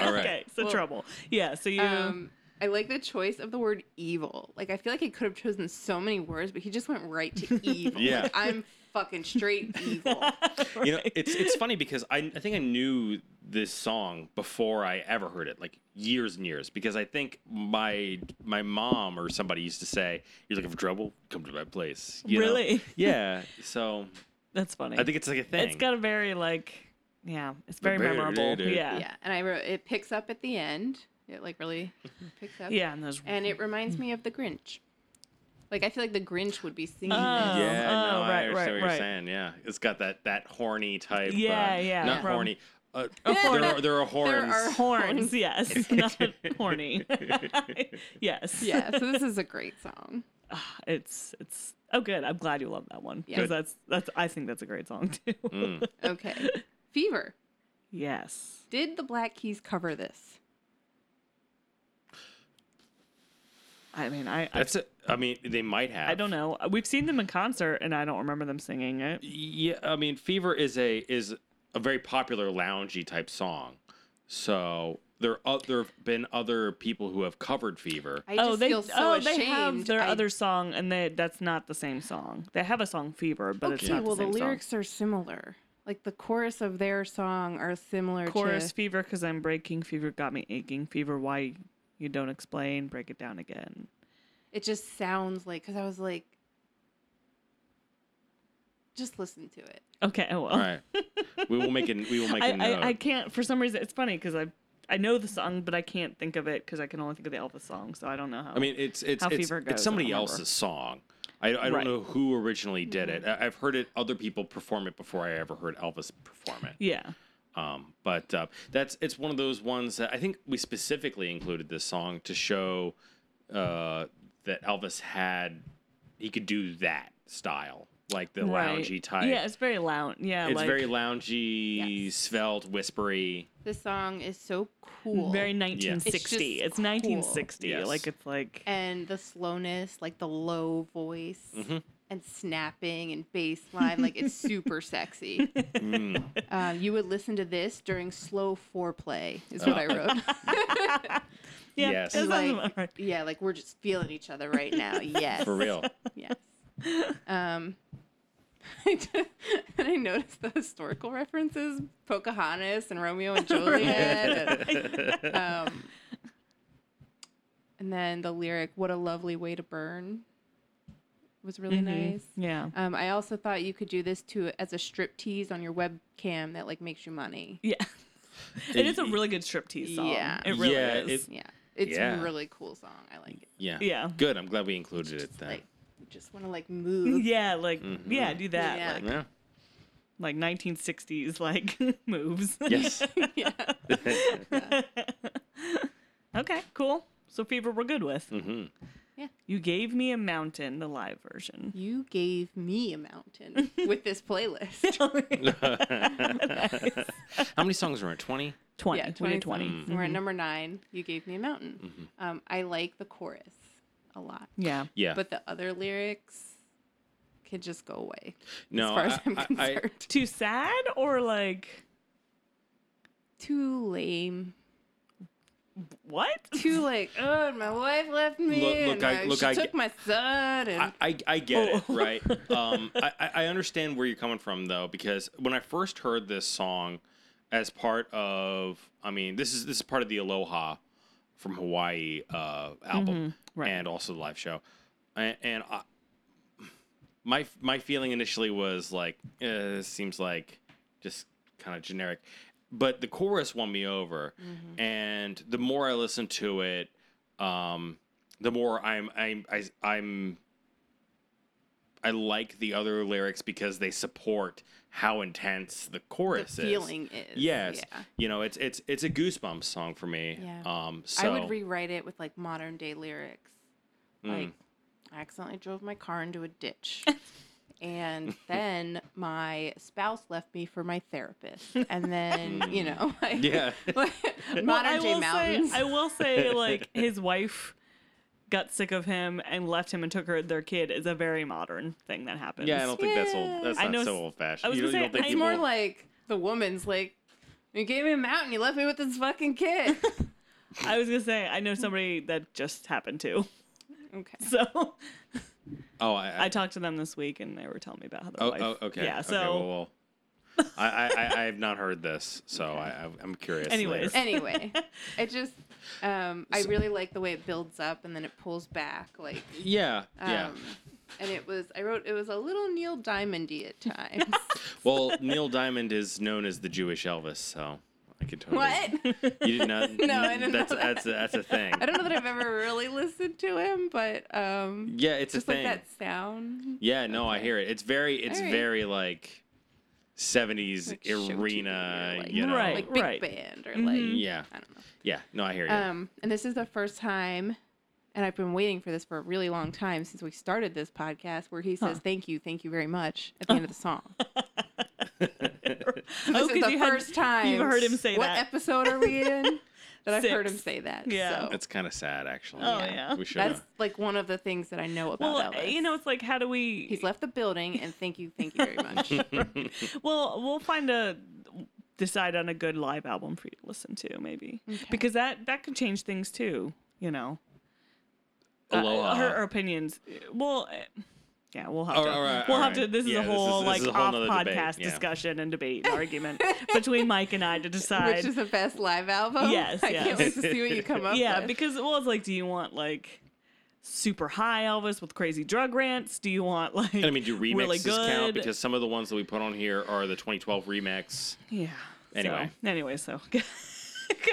All right.
okay. So
Well,
trouble. Yeah. So you. <laughs>
Um, I like the choice of the word evil. Like I feel like he could have chosen so many words, but he just went right
<laughs>
to evil.
Yeah.
Like, I'm fucking straight evil.
You know, it's it's funny because I I think I knew this song before I ever heard it, like years and years. Because I think my my mom or somebody used to say, "You're looking for trouble, come to my place." You know?
Really?
Yeah. So
That's funny.
I think it's like a thing.
It's got a very like, yeah, it's very
Very
memorable.
good.
Yeah. yeah,
yeah. And I wrote it picks up at the end. It like really picks up.
and those.
And it reminds me of the Grinch. Like I feel like the Grinch would be singing
Oh.
this.
yeah, no,
oh,
I
right,
understand
right,
what you're
right.
saying. Yeah, it's got that that horny type. uh,
Yeah, yeah,
Not
from-
horny. Uh,
horn.
there, are, there are horns.
are
Oh, <laughs> horns.
<laughs>
Yes, not horny. <laughs> yes.
Yeah. So this is a great song.
<laughs> Ah, It's it's oh good. I'm glad you love that one
Yeah.
because
Good.
that's that's I think that's a great song too. <laughs>
Mm.
Okay. Fever.
Yes.
Did the Black Keys cover this?
I mean, I I,
That's a, I mean, they might have.
I don't know. We've seen them in concert, and I don't remember them singing it.
Yeah, I mean, Fever is a is a very popular loungy type song. So there o- there have been other people who have covered Fever.
I
oh,
just
they
feel so
oh
ashamed.
they have their
I-
other song, and they that's not the same song. They have a song Fever, but it's
okay,
not
well
the
the,
same song.
lyrics are similar. Like the chorus of their song are similar
chorus
to
fever because i'm breaking fever got me aching fever why you don't explain break it down again
It just sounds like cuz I was like just listen to it.
okay oh, well
All right, we will make an we will
<laughs>
make
I,
a note.
I, I can't for some reason it's funny because i i know the song but i can't think of it because i can only think of the elvis song so i don't know how
I mean, it's it's
How
it's,
Fever goes, I
it's somebody
don't remember.
else's song. I, I don't
Right. Mm-hmm.
know who originally did it. I, I've heard it other people perform it before I ever heard Elvis perform it.
yeah
Um, but uh, that's it's one of those ones that I think we specifically included this song to show uh, that Elvis had he could do that style, like the
right.
loungy type.
yeah it's very loud yeah
it's
like,
very loungy,
Yes.
svelte, whispery.
This song is so cool.
very 1960
It's just
it's, 1960
cool.
like it's like
and the slowness, like the low voice
Mm-hmm.
and snapping and bass line, like it's super
<laughs>
sexy.
Mm,
Um, you would listen to this during slow foreplay, is what I
<laughs>
wrote.
yeah
yes.
that Oh. sounds
like,
<laughs> about right.
yeah, like we're just feeling each other right
<laughs>
now. Yes, <laughs>
For real.
Yes. Um, <laughs> I just- and I noticed the historical references: Pocahontas and Romeo
<laughs>
and Juliet. and, um, and then the lyric "What a lovely way to burn" was really
Mm-hmm.
nice.
yeah
Um, I also thought you could do this too as a strip tease on your webcam that like makes you money.
yeah
It-
it is a really good striptease song
Yeah.
it really
Yeah,
is
it-
Yeah, it's
Yeah.
a really cool song. I like it.
<laughs> Yeah.
Yeah.
Good. I'm glad we included it then.
Like, you just want to
<laughs>
like move.
<laughs> yeah like yeah do that
Yeah.
like
yeah.
like 1960s like <laughs> moves.
Yes.
yeah.
<laughs> okay, cool. So Fever we're good with.
hmm
You gave me a mountain, the live version.
<laughs> <laughs> You gave me a mountain with this
<laughs>
playlist.
mm-hmm.
<laughs>
How many songs are in it? 20?
20.
yeah,
we
20
did 20.
songs.
Mm-hmm.
We're at number nine. You gave me a mountain. Um, I like the chorus a lot,
Yeah.
Yeah.
but the other lyrics can just go away. as
no,
far as
I-
I'm
I- I- <laughs>
concerned,
Too sad or like
too lame.
what?
<laughs> Too like, oh, and my wife left me.
Look-
and
look, I-
my-
look,
she
I
took
get-
my son. And
I, I, I get it,
Oh.
right? Um, I, I- I understand where you're coming from, though, because when I first heard this song as part of, I mean, this is this is part of the Aloha from Hawaii uh, album
right.
and also the live show. And, and I, my my feeling initially was like, eh, this seems like just kind of generic. But the chorus won me over,
Mm-hmm.
and the more I listen to it, um, the more I'm I'm I, I'm I like the other lyrics because they support how intense the
the
chorus is.
feeling is.
Yes,
Yeah.
you know it's it's it's a goosebumps song for me.
Yeah.
Um, so
Hmm.
I would rewrite it with like modern day lyrics. Like I accidentally drove my car into a ditch.
<laughs>
and then my spouse left me for my
<laughs>
therapist. And then, you know, <laughs> like,
<laughs> Yeah.
modern
Hmm. Well, I
day
will
mountains. <laughs>
Say, I will
<laughs>
say, like his wife got sick of him and left him and took her their kid is a very modern thing that happens.
Yeah, I don't think that's
Yeah.
old. That's
I
not
know
so
s-
old
I
fashioned.
was
You, don't-
gonna
you don't
say,
think
it's
people?
more like the woman's like, you gave me a mountain, you left me with this fucking
<laughs>
kid.
I was gonna say I know somebody that just happened to. <laughs>
okay.
So
Oh, I, I,
I talked to them this week and they were telling me about how their
oh,
wife.
oh, okay.
Yeah.
Okay,
So
well, <laughs> well, I, I, I, I have not heard this, so I, I, I'm curious.
Anyways.
later.
Anyway, it just, um, I really like the way it builds up and then it pulls back. Like,
yeah,
um,
yeah.
And it was, I wrote, it was a little Neil Diamondy
<laughs>
at times.
Well, Neil Diamond is known as the Jewish Elvis, so I can totally.
what?
You did not.
<laughs> No, I didn't know
That's
that.
that's a, that's a thing.
<laughs> I don't know that I've ever really listened to him, but um,
Yeah, it's
just
a
like
thing.
that sound.
Yeah, no, I hear it. It's very, it's
Alright.
very like '70s
Like show TV or,
arena,
like-
you know.
Right.
Like big
Right. Mm-hmm.
band or like,
Yeah,
I don't know.
yeah. No, I hear you.
Um, and this is the first time, and I've been waiting for this for a really long time since we started this podcast, where he says, "Thank you, thank you very much" at the end of the song.
<laughs>
this
Oh,
is
'cause
the
you had-
first time
you've heard him say
what
that.
episode are we
<laughs>
in? That I've heard him
Six.
say that.
Yeah.
so
<laughs>
That's kind of sad, actually.
Oh, yeah.
We should.
that's
have
like one of the things that I know about
Well,
Elvis.
you know, it's like how do we?
he's left the building, and thank you, thank you
<laughs>
very much.
Well, we'll find a decide on a good live album for you to listen to, maybe because that that could change things too. You know, Uh,
Aloha.
her, her opinions. Well, eh, yeah, we'll have
uh-huh. All
to.
right, all right,
we'll
all
have to.
right.
This
Yeah,
is
this
a
is-
whole
this
like
is a whole
off
nother debate,
podcast
yeah.
discussion
<laughs>
and debate and argument between Mike and I to decide.
Which is the best live album.
Yes,
I
yes.
can't wait to see what you come up
yeah,
with.
because well, it's like, do you want like super high Elvis with crazy drug rants? Do you want like?
And I mean, do remixes
really
count?
good?
Because some of the ones that we put on here are the 2012 remix.
yeah.
Anyway.
so, anyway, so <laughs> go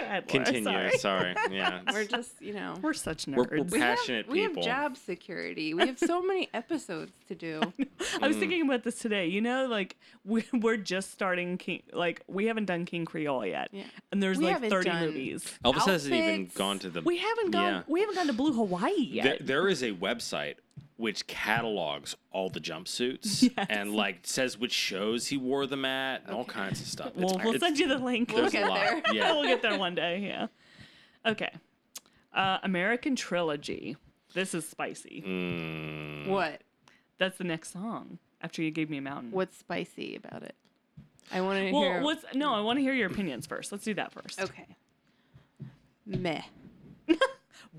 ahead, Laura,
Continue.
sorry.
Sorry.
<laughs>
Yeah.
we're just you know
We're such
We're-
nerds.
we're
We have-
passionate
we have
people.
job security. We have so many episodes to do.
<laughs> I
mm.
was thinking about this today. You know, like we, <laughs> we're just starting King. Like we haven't done King Creole yet,
Yeah.
and there's
We
like
haven't
30
done-
movies.
Elvis hasn't even
outfits.
gone to the.
We haven't gone.
Yeah.
We haven't gone to Blue Hawaii yet.
There, there is a website which catalogs all
<laughs>
the jumpsuits and like says which shows he wore them at and all kinds of stuff.
we'll we'll send you the link.
We'll
There's
<laughs>
get
a lot.
there.
Yeah.
we'll get there one day. Yeah. Okay. Uh, American Trilogy. This is spicy.
Mm.
What?
That's the next song after you gave me a mountain.
What's spicy about it? I want to
well,
hear.
what's no? I want to hear your opinions first. Let's do that first.
okay? Meh,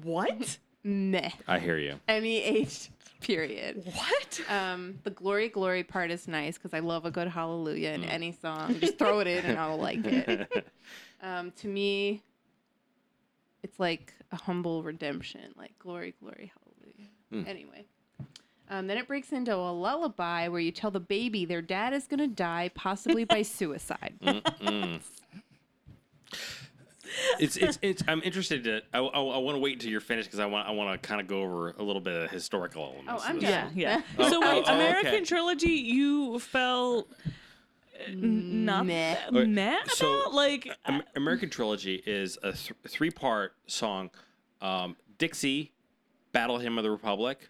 What?
meh.
I hear you.
M E H. Period.
What?
Um, the glory, glory part is nice because I love a good hallelujah in any song. Just throw it in and I'll like it. Um, to me, it's like a humble redemption, like glory, glory, hallelujah. Anyway, um, then it breaks into a lullaby where you tell the baby their dad is gonna die, possibly by suicide.
It's it's it's. I'm interested to. I, I, I want to wait until you're finished because I want I want to kind of go over a little bit of historical elements.
Oh,
of
I'm
this.
done.
Yeah,
<laughs>
yeah.
Oh,
so
oh,
wait,
oh, okay.
American trilogy, you felt n- not
Meh.
meh,
Okay,
meh about
so,
like
Am- American Trilogy is a th- three part song um, Dixie, Battle Hymn of the Republic,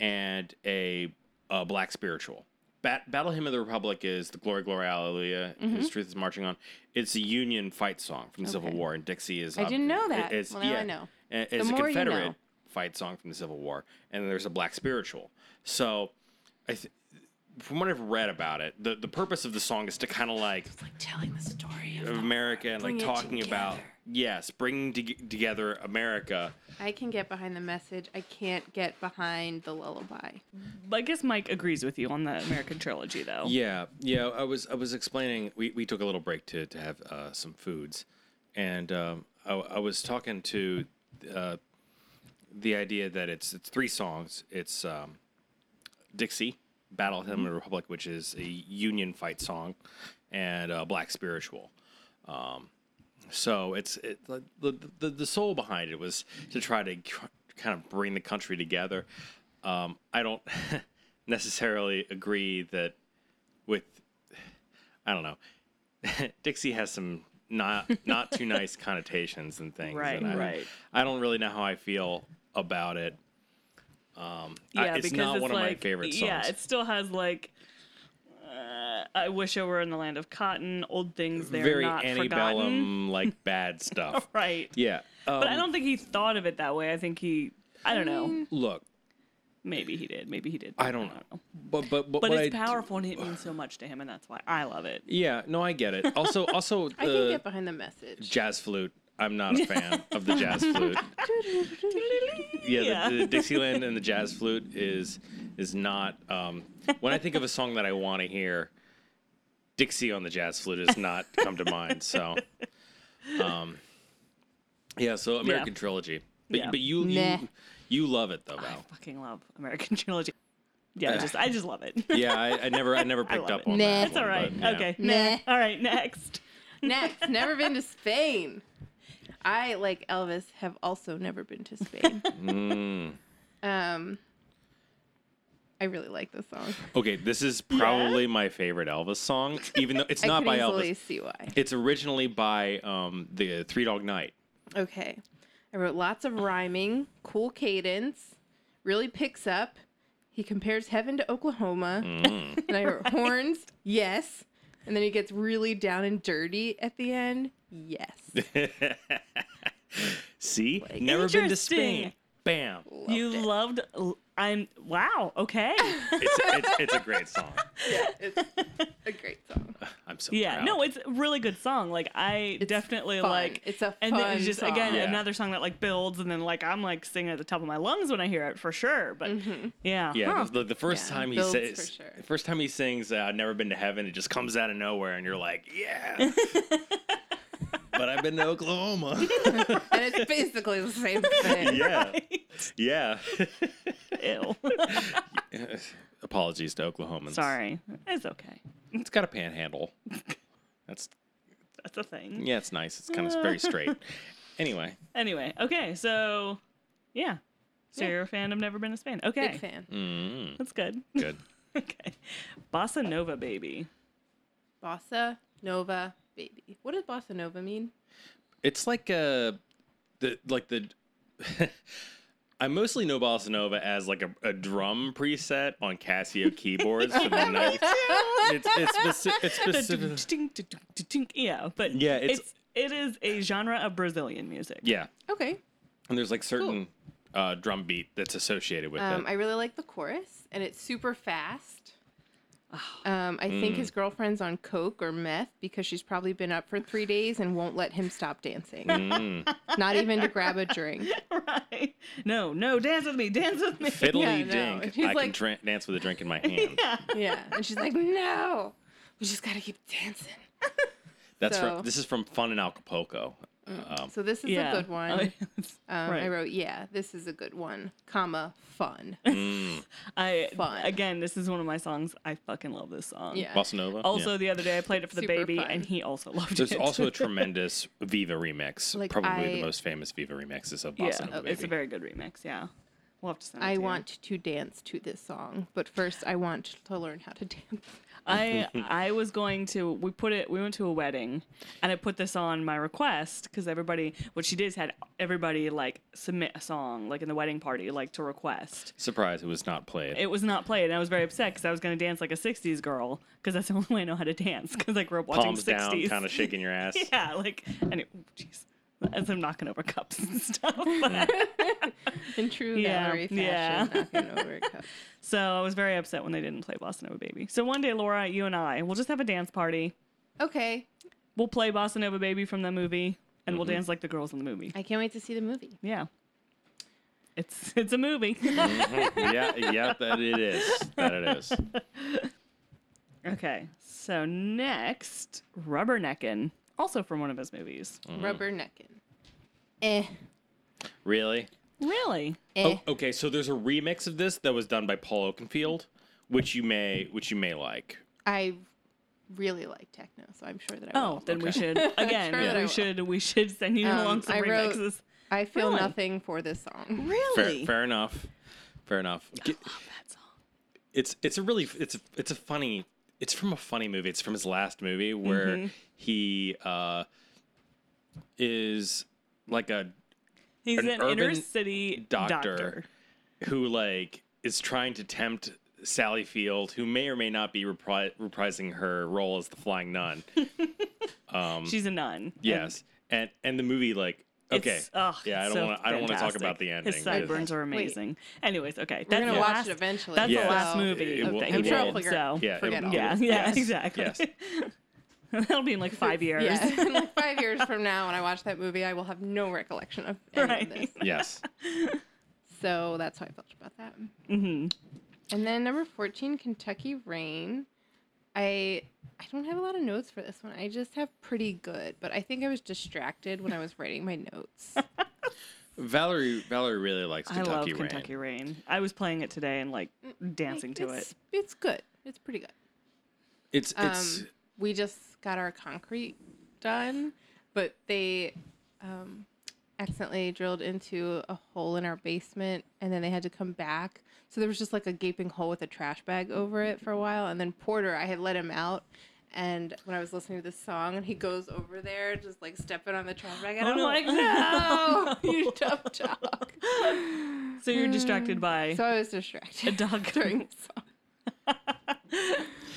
and a, uh black spiritual. Bat- Battle Hymn of the Republic is the Glory, Glory, Hallelujah, His Truth is Marching On. It's a Union fight song from the Civil
Mm-hmm. Okay.
War, and Dixie is.
I
ob-
didn't know
it-
that.
It's,
Well, now I
yeah,
know.
and It's a
more you know.
Confederate fight song from the Civil War, and there's a black spiritual. So, I th- from what I've read about it, the, the purpose of the song is to kind of like
like telling the story
of America and like
Bring it
talking about
together.
yes, bringing to- together America.
I can get behind the message. I can't get behind the lullaby.
I guess Mike agrees with you on the American trilogy though.
Yeah, yeah. I was I was explaining. We, we took a little break to to have uh, some foods, and um, I, I was talking to uh, the idea that it's it's three songs. It's um, Dixie, Battle Hymn of the Republic, which is a Union fight song, and uh, Black Spiritual. Um, So it's it, the, the the soul behind it was to try to cr- kind of bring the country together. Um, I don't <laughs> necessarily agree that with I don't know. <laughs> Dixie has some not
<laughs>
not too nice connotations and things.
Right,
and I,
right.
I don't really know how I feel about it.
Um, I-
Yeah,
it's
because
not
it's
one
like,
of my favorite songs.
Yeah, it still has like. Uh, I wish I were in the land of cotton. Old things they're
very
not forgotten. <laughs>
antebellum like bad stuff.
Right.
Yeah, um,
But I don't think he thought of it that way. I think he. I don't know.
look.
Maybe he did. Maybe he did.
I don't know, but but but,
But
what
it's
I-
powerful and it means so much to him, and that's why I love it.
Yeah, no, I get it. Also,
<laughs>
also
I can
the
get behind the message. <laughs>
jazz flute. I'm not a fan of the jazz flute.
<laughs>
Yeah, The, the Dixieland and the jazz flute is is not. Um, when I think of a song that I want to hear, Dixie on the jazz flute has not come to
<laughs>
mind. So, um, yeah. So American trilogy, but
Yeah.
but you
Meh.
you you love it though,
I
Val.
fucking love American <laughs> trilogy. Yeah, I just I just love it. <laughs>
Yeah, I, I never I never picked
love
up
it.
on
Nah.
that.
It's
It's all
one,
right.
but, yeah.
Okay.
Nah.
All right. Next.
Next, never been to Spain. I, like Elvis, have also never been to Spain.
<laughs> Mm.
Um, I really like this song.
Okay, this is probably my favorite Elvis song, even though
<laughs>
it's
I
not
can
by
easily
Elvis.
see why.
It's originally by um, the Three Dog Night.
Okay. I wrote lots of rhyming, cool cadence, really picks up. He compares heaven to Oklahoma.
Mm.
And I wrote horns, yes. And then he gets really down and dirty at the end.
<laughs>
Yes.
See, never been to Spain.
Interesting.
Bam!
you
Loved it.
loved. I'm. Wow.
<laughs>
Okay.
It's, it's, it's a great song.
It's a great song.
I'm so
Yeah.
proud.
No, it's a really good song. Like I
It's
definitely
fun.
like.
It's a
and then
fun
it's just
song.
again
Yeah.
another song that like builds and then like I'm like singing at the top of my lungs when I hear it for sure. But
Mm-hmm.
yeah.
yeah.
Huh.
The, the first
Yeah,
time he
builds
says,
for sure.
the first time he sings, uh, "Never Been to Heaven," it just comes out of nowhere, and you're like,
<laughs>
"Yeah." but I've been to Oklahoma. <laughs>
And it's basically the <laughs> same thing.
yeah, yeah.
<laughs>
<laughs>
Ew.
Apologies to Oklahomans.
Sorry. It's okay.
It's got a panhandle. That's
That's a thing.
yeah, it's nice. It's kind of
<laughs>
very straight. Anyway,
Anyway. Okay. So. Yeah. So you're a fan of Never Been to Spain. Okay.
Big fan.
mm,
That's good.
good.
<laughs> okay. Bossa Nova Baby.
Bossa Nova Baby. What does Bossa Nova mean?
It's like uh the like the <laughs> I mostly know bossa nova as like a, a drum preset
<laughs>
on Casio keyboards for the night. It's it's, speci- it's
<laughs>
specific.
yeah, but
Yeah, it's-
it's it is a genre of Brazilian music. <laughs>
Yeah,
Okay.
and there's like certain uh, drum beat that's associated with
Um,
it.
I really like the chorus, and it's super fast. Um, I
Mm.
think his girlfriend's on coke or meth because she's probably been up for three days and won't let him stop dancing.
Mm.
<laughs> Not even to grab a drink.
Right. No, no, dance with me, dance with me.
Fiddly
Yeah, <laughs> no,
dink!
he's
I can
like-
dra- dance with a drink
<laughs>
in my hand.
Yeah, and she's like, "No, we just gotta keep dancing."
That's
So- Mm,
from this is from Fun in Acapulco. Um,
So this is
yeah.
a good one.
<laughs> I,
Um,
right.
I wrote, "Yeah, this is a good one, comma fun."
I
Fun.
again, this is one of my songs. I fucking love this song.
Yeah.
bossa nova. yeah.
Also, the other day I played it for the
Super
baby,
fun.
and he also <laughs> loved
There's
it.
also
<laughs>
a tremendous Viva remix,
Like,
probably
I-
the most famous Viva remixes of
yeah,
Bossa Nova
it's a
Baby.
very good remix. Yeah, we'll have to send. It
I
to
want to dance to this song, but first I want to learn how to dance. <laughs>
You.
<laughs>
I I was going to. We put it. We went to a wedding, and I put this on my request because everybody. What she did is had everybody like submit a song like in the wedding party like to request.
Surprise, it was not played.
it was not played, and I was very upset because I was going to dance like a '60s girl because that's the <laughs> only way I know how to dance because I grew up watching
Palms
'60s.
down,
<laughs>
kind of shaking your ass.
yeah, like and it, ooh, jeez, as I'm knocking over cups and <laughs> stuff.
<laughs>
but-
In true
Yeah,
Valerie fashion,
yeah.
knocking over a cup.
so I was very upset when they didn't play Bossa Nova Baby. So one day, Laura, you and I, we'll just have a dance party.
Okay,
We'll play Bossa Nova Baby from the movie, and
Mm-hmm.
we'll dance like the girls in the movie.
I can't wait to see the movie.
Yeah, it's <laughs> it's a movie.
yeah, yeah, that it is. That it is.
okay, so next, Rubberneckin', also from one of his movies.
Rubberneckin. Eh.
Really?
Really?
Eh.
Oh, okay, so there's a remix of this that was done by Paul Oakenfield, which you may which you may like.
I really like techno, so I'm sure that I
Oh,
will.
then
<laughs>
we should again.
sure that I
We
will.
should we should send you
Um,
along some
I wrote-
remixes.
I feel
really?
nothing for this song.
Fair, fair enough. Fair enough. G-
That song.
It's it's a really it's a, it's a funny it's from a funny movie. It's from his last movie where
Mm-hmm.
he uh is like a
He's
An
an, inner
urban
city
doctor,
doctor.
who like is trying to tempt Sally Field, who may or may not be repri- reprising her role as the flying
<laughs>
nun. Um,
She's a nun.
Yes, and and the movie like okay,
It's- ugh,
yeah, I
it's
don't
so
want I don't want to talk
fantastic.
about the ending.
His
but-
sideburns are
Wait.
amazing. Anyways, okay,
We're gonna
the
watch
last-
it eventually.
That's
Yeah.
the last
so-
movie
It
of
will-
that
it
he
I'm sure I'll
will.
did.
figure
So
Yeah, it
forget
will.
all.
yeah, <laughs> yeah,
<laughs>
Yes,
exactly.
yes.
<laughs> That'll be in like five years. <laughs>
Yeah, in like five years from now, when I watch that movie, I will have no recollection of any
Right.
of this.
<laughs>
yes,
So that's how I felt about that.
Mm-hmm.
And then number fourteen, Kentucky Rain. I I don't have a lot of notes for this one. I just have pretty good, but I think I was distracted when I was writing my notes.
Valerie Valerie really likes
I
Kentucky
love
Rain.
Kentucky Rain. I was playing it today and like <laughs>
Mm,
dancing to
it's,
it.
It's good. It's pretty good.
It's it's
Um, we just got our concrete done, but they um, accidentally drilled into a hole in our basement, and then they had to come back. So there was just like a gaping hole with a trash bag over it for a while. And then Porter, I had let him out. And when I was listening to this song, and he goes over there, just like stepping on the trash bag, and
Oh,
I'm
no.
like, "No, <laughs> you tough dog."
So you're distracted by
Mm. So I was distracted.
a dog.
<laughs> during the song.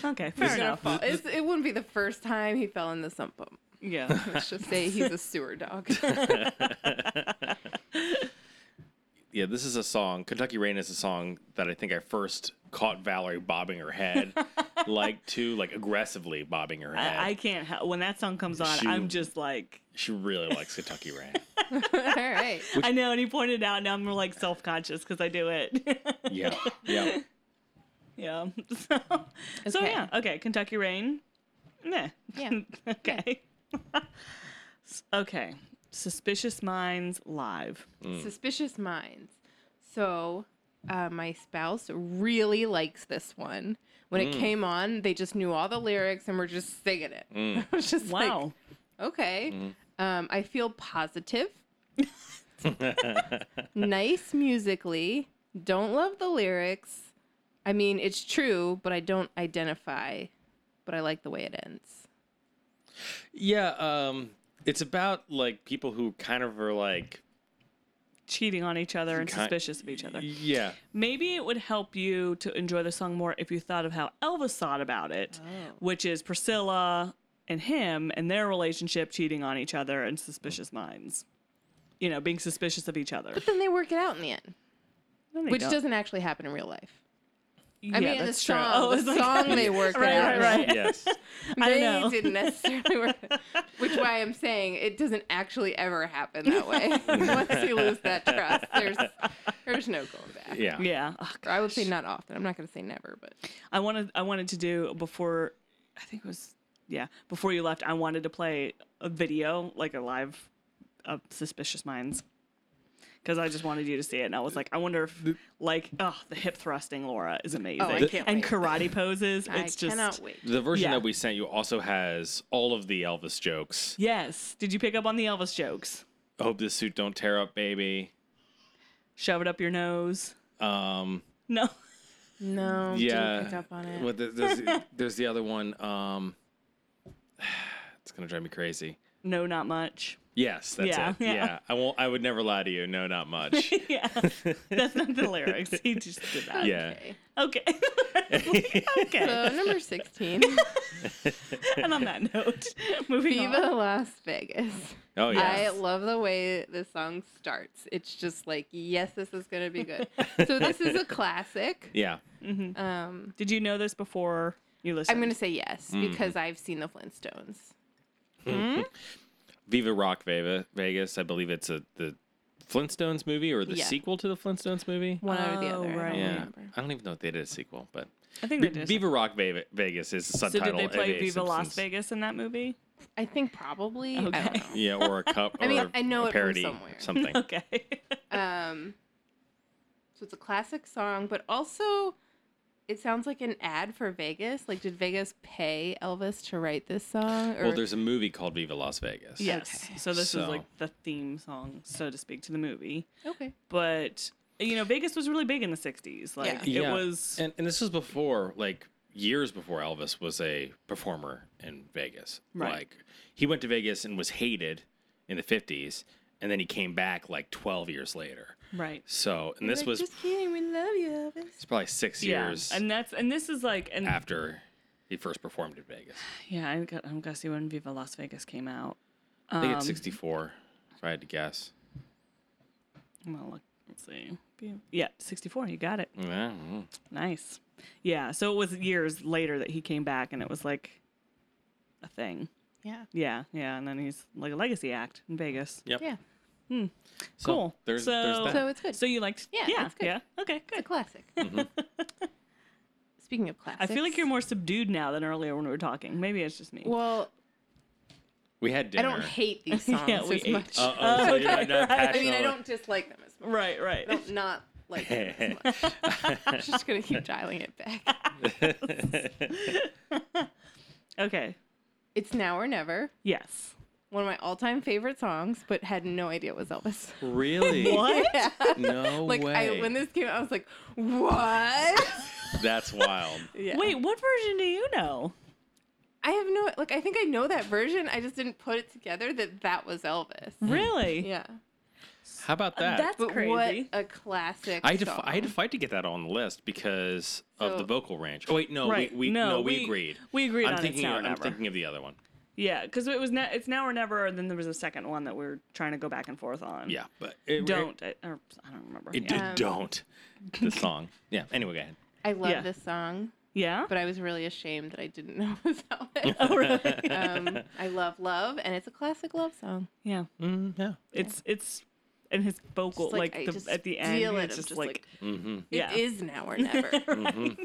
okay, fair
He's gonna
enough.
fall. It's, it wouldn't be the first time he fell in the sump pump.
Yeah.
<laughs>
Let's just say he's a sewer dog.
Um.
<laughs> yeah, this is a song. Kentucky Rain is a song that I think I first caught Valerie bobbing her head,
<laughs>
like to like aggressively bobbing her head.
I, I can't help when that song comes on.
Shoot.
I'm just like
she really likes
<laughs>
Kentucky Rain.
All right.
I know, and he pointed out. Now I'm like self conscious because I do it. <laughs>
yeah, yeah.
yeah. So, so
Okay.
yeah. Okay. Kentucky Rain. Meh.
Yeah.
<laughs> okay. <laughs> S- okay. Suspicious Minds live.
Suspicious Minds. So, uh, my spouse really likes this one. When it came on, they just knew all the lyrics and were just singing it. <laughs> I was just
Wow.
like, okay. Um, I feel positive. nice musically. Don't love the lyrics. I mean, it's true, but I don't identify. But I like the way it ends.
Yeah, um, it's about like people who kind of are like,
Cheating on each other and
Kind-
suspicious of each other.
yeah,
Maybe it would help you to enjoy the song more if you thought of how Elvis thought about it,
Oh.
which is Priscilla and him and their relationship cheating on each other and suspicious minds. You know, being suspicious of each other.
Then they work it out in the end,
No, they
which
don't.
doesn't actually happen in real life.
Yeah,
I mean, in the
that's true.
song,
Oh, it's
the
like-
song they work
Right,
it out.
right, right.
yes.
I
They
know.
didn't necessarily
<laughs>
work, it- which why I'm saying it doesn't actually ever happen that
<laughs>
way. <laughs> Once you lose that trust, there's there's no going back. <laughs>
<laughs>
Yeah.
yeah. Ugh,
Or I would say not often. I'm not going to say never, but
I wanted I wanted to do before I think it was yeah before you left. I wanted to play a video like a live of Suspicious Minds because I just wanted you to see it, and I was like, I wonder if like oh the hip thrusting Laura is amazing
Oh, I can't
and
wait. <laughs>
karate poses. It's
I
just
cannot wait.
The version
Yeah.
that we sent you also has all of the Elvis jokes.
yes. Did you pick up on the Elvis jokes?
Hope this suit don't tear up, baby.
Shove it up your nose.
Um,
No. <laughs>
No,
yeah.
didn't pick up on it.
What the- there's,
<laughs>
there's the other one. Um, <sighs> it's gonna drive me crazy.
No, not much. <laughs>
Yes, that's
Yeah,
<laughs>
it.
yeah.
Yeah. I won't. I would never lie to you. No, not much.
yeah, that's not the lyrics. He just did that.
yeah.
Okay. <laughs>
Okay. <laughs> okay.
So number
<laughs>
sixteen,
And on that note, <laughs> moving on.
Viva Las Vegas.
Oh
I
yeah.
love the way this song starts. It's just like, yes, this is going to be good. so this is
<laughs>
a classic.
yeah.
Um,
Mm-hmm. Did you know this before you listened?
I'm going to say yes
Mm.
because I've seen the Flintstones.
Mm-hmm.
Hmm?
Viva Rock Veva, Vegas. I believe it's a the Flintstones movie or the
Yeah.
sequel to the Flintstones movie.
One or the
Oh,
other. I
right.
don't
yeah.
remember.
I don't even know if they did a sequel, but
I think
Be-
they did.
Viva Rock Veva, Vegas is the
so
subtitle.
did they play
of a
Viva Las
Simpsons-
Vegas in that movie?
I think probably. I
Okay.
don't know.
<laughs> Yeah, or a cup.
<laughs>
Or
I mean,
a-
I know
a
it from
parody,
somewhere. <laughs>
<laughs>
something.
Okay.
<laughs>
Um, so it's a classic song, but also it sounds like an ad for Vegas. Like, did Vegas pay Elvis to write this song? Or
Well, there's a movie called Viva Las Vegas.
yes. So this is
So-
like the theme song, so to speak, to the movie.
okay,
But you know, Vegas was really big in the '60s. Like
Yeah.
it was.
and, and this was before like years before elvis was a performer in vegas
Right.
like he went to vegas and was hated in the 50s and then he came back like 12 years later
Right.
So, and this was
just kidding. We love you, Elvis.
it's probably six years
Yeah. And that's and this is like and
after he first performed in Vegas.
yeah, I got, I'm gonna see when Viva Las Vegas came out.
I think it's 64, if I had to guess.
I'm gonna look. Let's see. Yeah, 64. You got it.
Yeah, mm-hmm. I don't know.
Nice. Yeah. So it was years later that he came back, and it was like a thing.
Yeah.
Yeah, yeah. And then he's like a legacy act in Vegas.
Yep.
Yeah.
So
Cool.
There's,
So-
there's that.
So it's good.
So you liked?
Yeah,
yeah,
it's good.
yeah. Okay,
It's a
good.
classic.
<laughs> Mm-hmm.
<laughs> Speaking of
I
classics,
feel like you're more subdued now than earlier when we were talking. Maybe it's just me.
Well,
we had dinner.
I don't hate these songs
<laughs> Yeah, we
as
ate.
much.
Uh, oh, so you're not, not
I mean, I
passionate.
don't dislike them as much.
right, right.
I don't not like them as much. I'm just gonna keep dialing it back.
okay.
It's now or never.
Yes.
One of my all-time favorite songs, but had no idea it was Elvis. <laughs>
<laughs>
<laughs>
Really?
What?
<laughs> Yeah.
No
Like
way.
I, when this came out, I was like, "What?"
That's wild.
Yeah.
Wait, what version do you know?
I have no like. I think I know that version. I just didn't put it together that that was Elvis.
Really?
Hmm. Yeah,
How about that?
That's
but
crazy.
what a classic!
I had, to,
song.
fi- I had to fight to get that on the list because of the
So-
vocal range. Oh wait, no,
right.
we, we
no,
we, agreed.
We agreed
I'm
on
thinking,
it's now or
I'm
never.
thinking of the other one.
Yeah, because it was na- it's now or never, and then there was a second one that we were trying to go back and forth on.
Yeah, but it,
Don't. I, or, I don't remember.
It,
yeah.
it
Um,
don't.
<laughs>
The song. Yeah. Anyway, go ahead.
I love
Yeah.
this song, <laughs>
yeah. <laughs>
but I was really ashamed that I didn't <laughs> know it was Elvis. oh, really? um, I love love, and it's a classic love song.
Yeah.
Mm, yeah.
It's it's and his vocal
It's like,
like,
I
the,
just
at the end
feel it.
it's
I'm
just,
just
like,
Mm-hmm.
It is
Yeah.
now or
<laughs>
never. <laughs>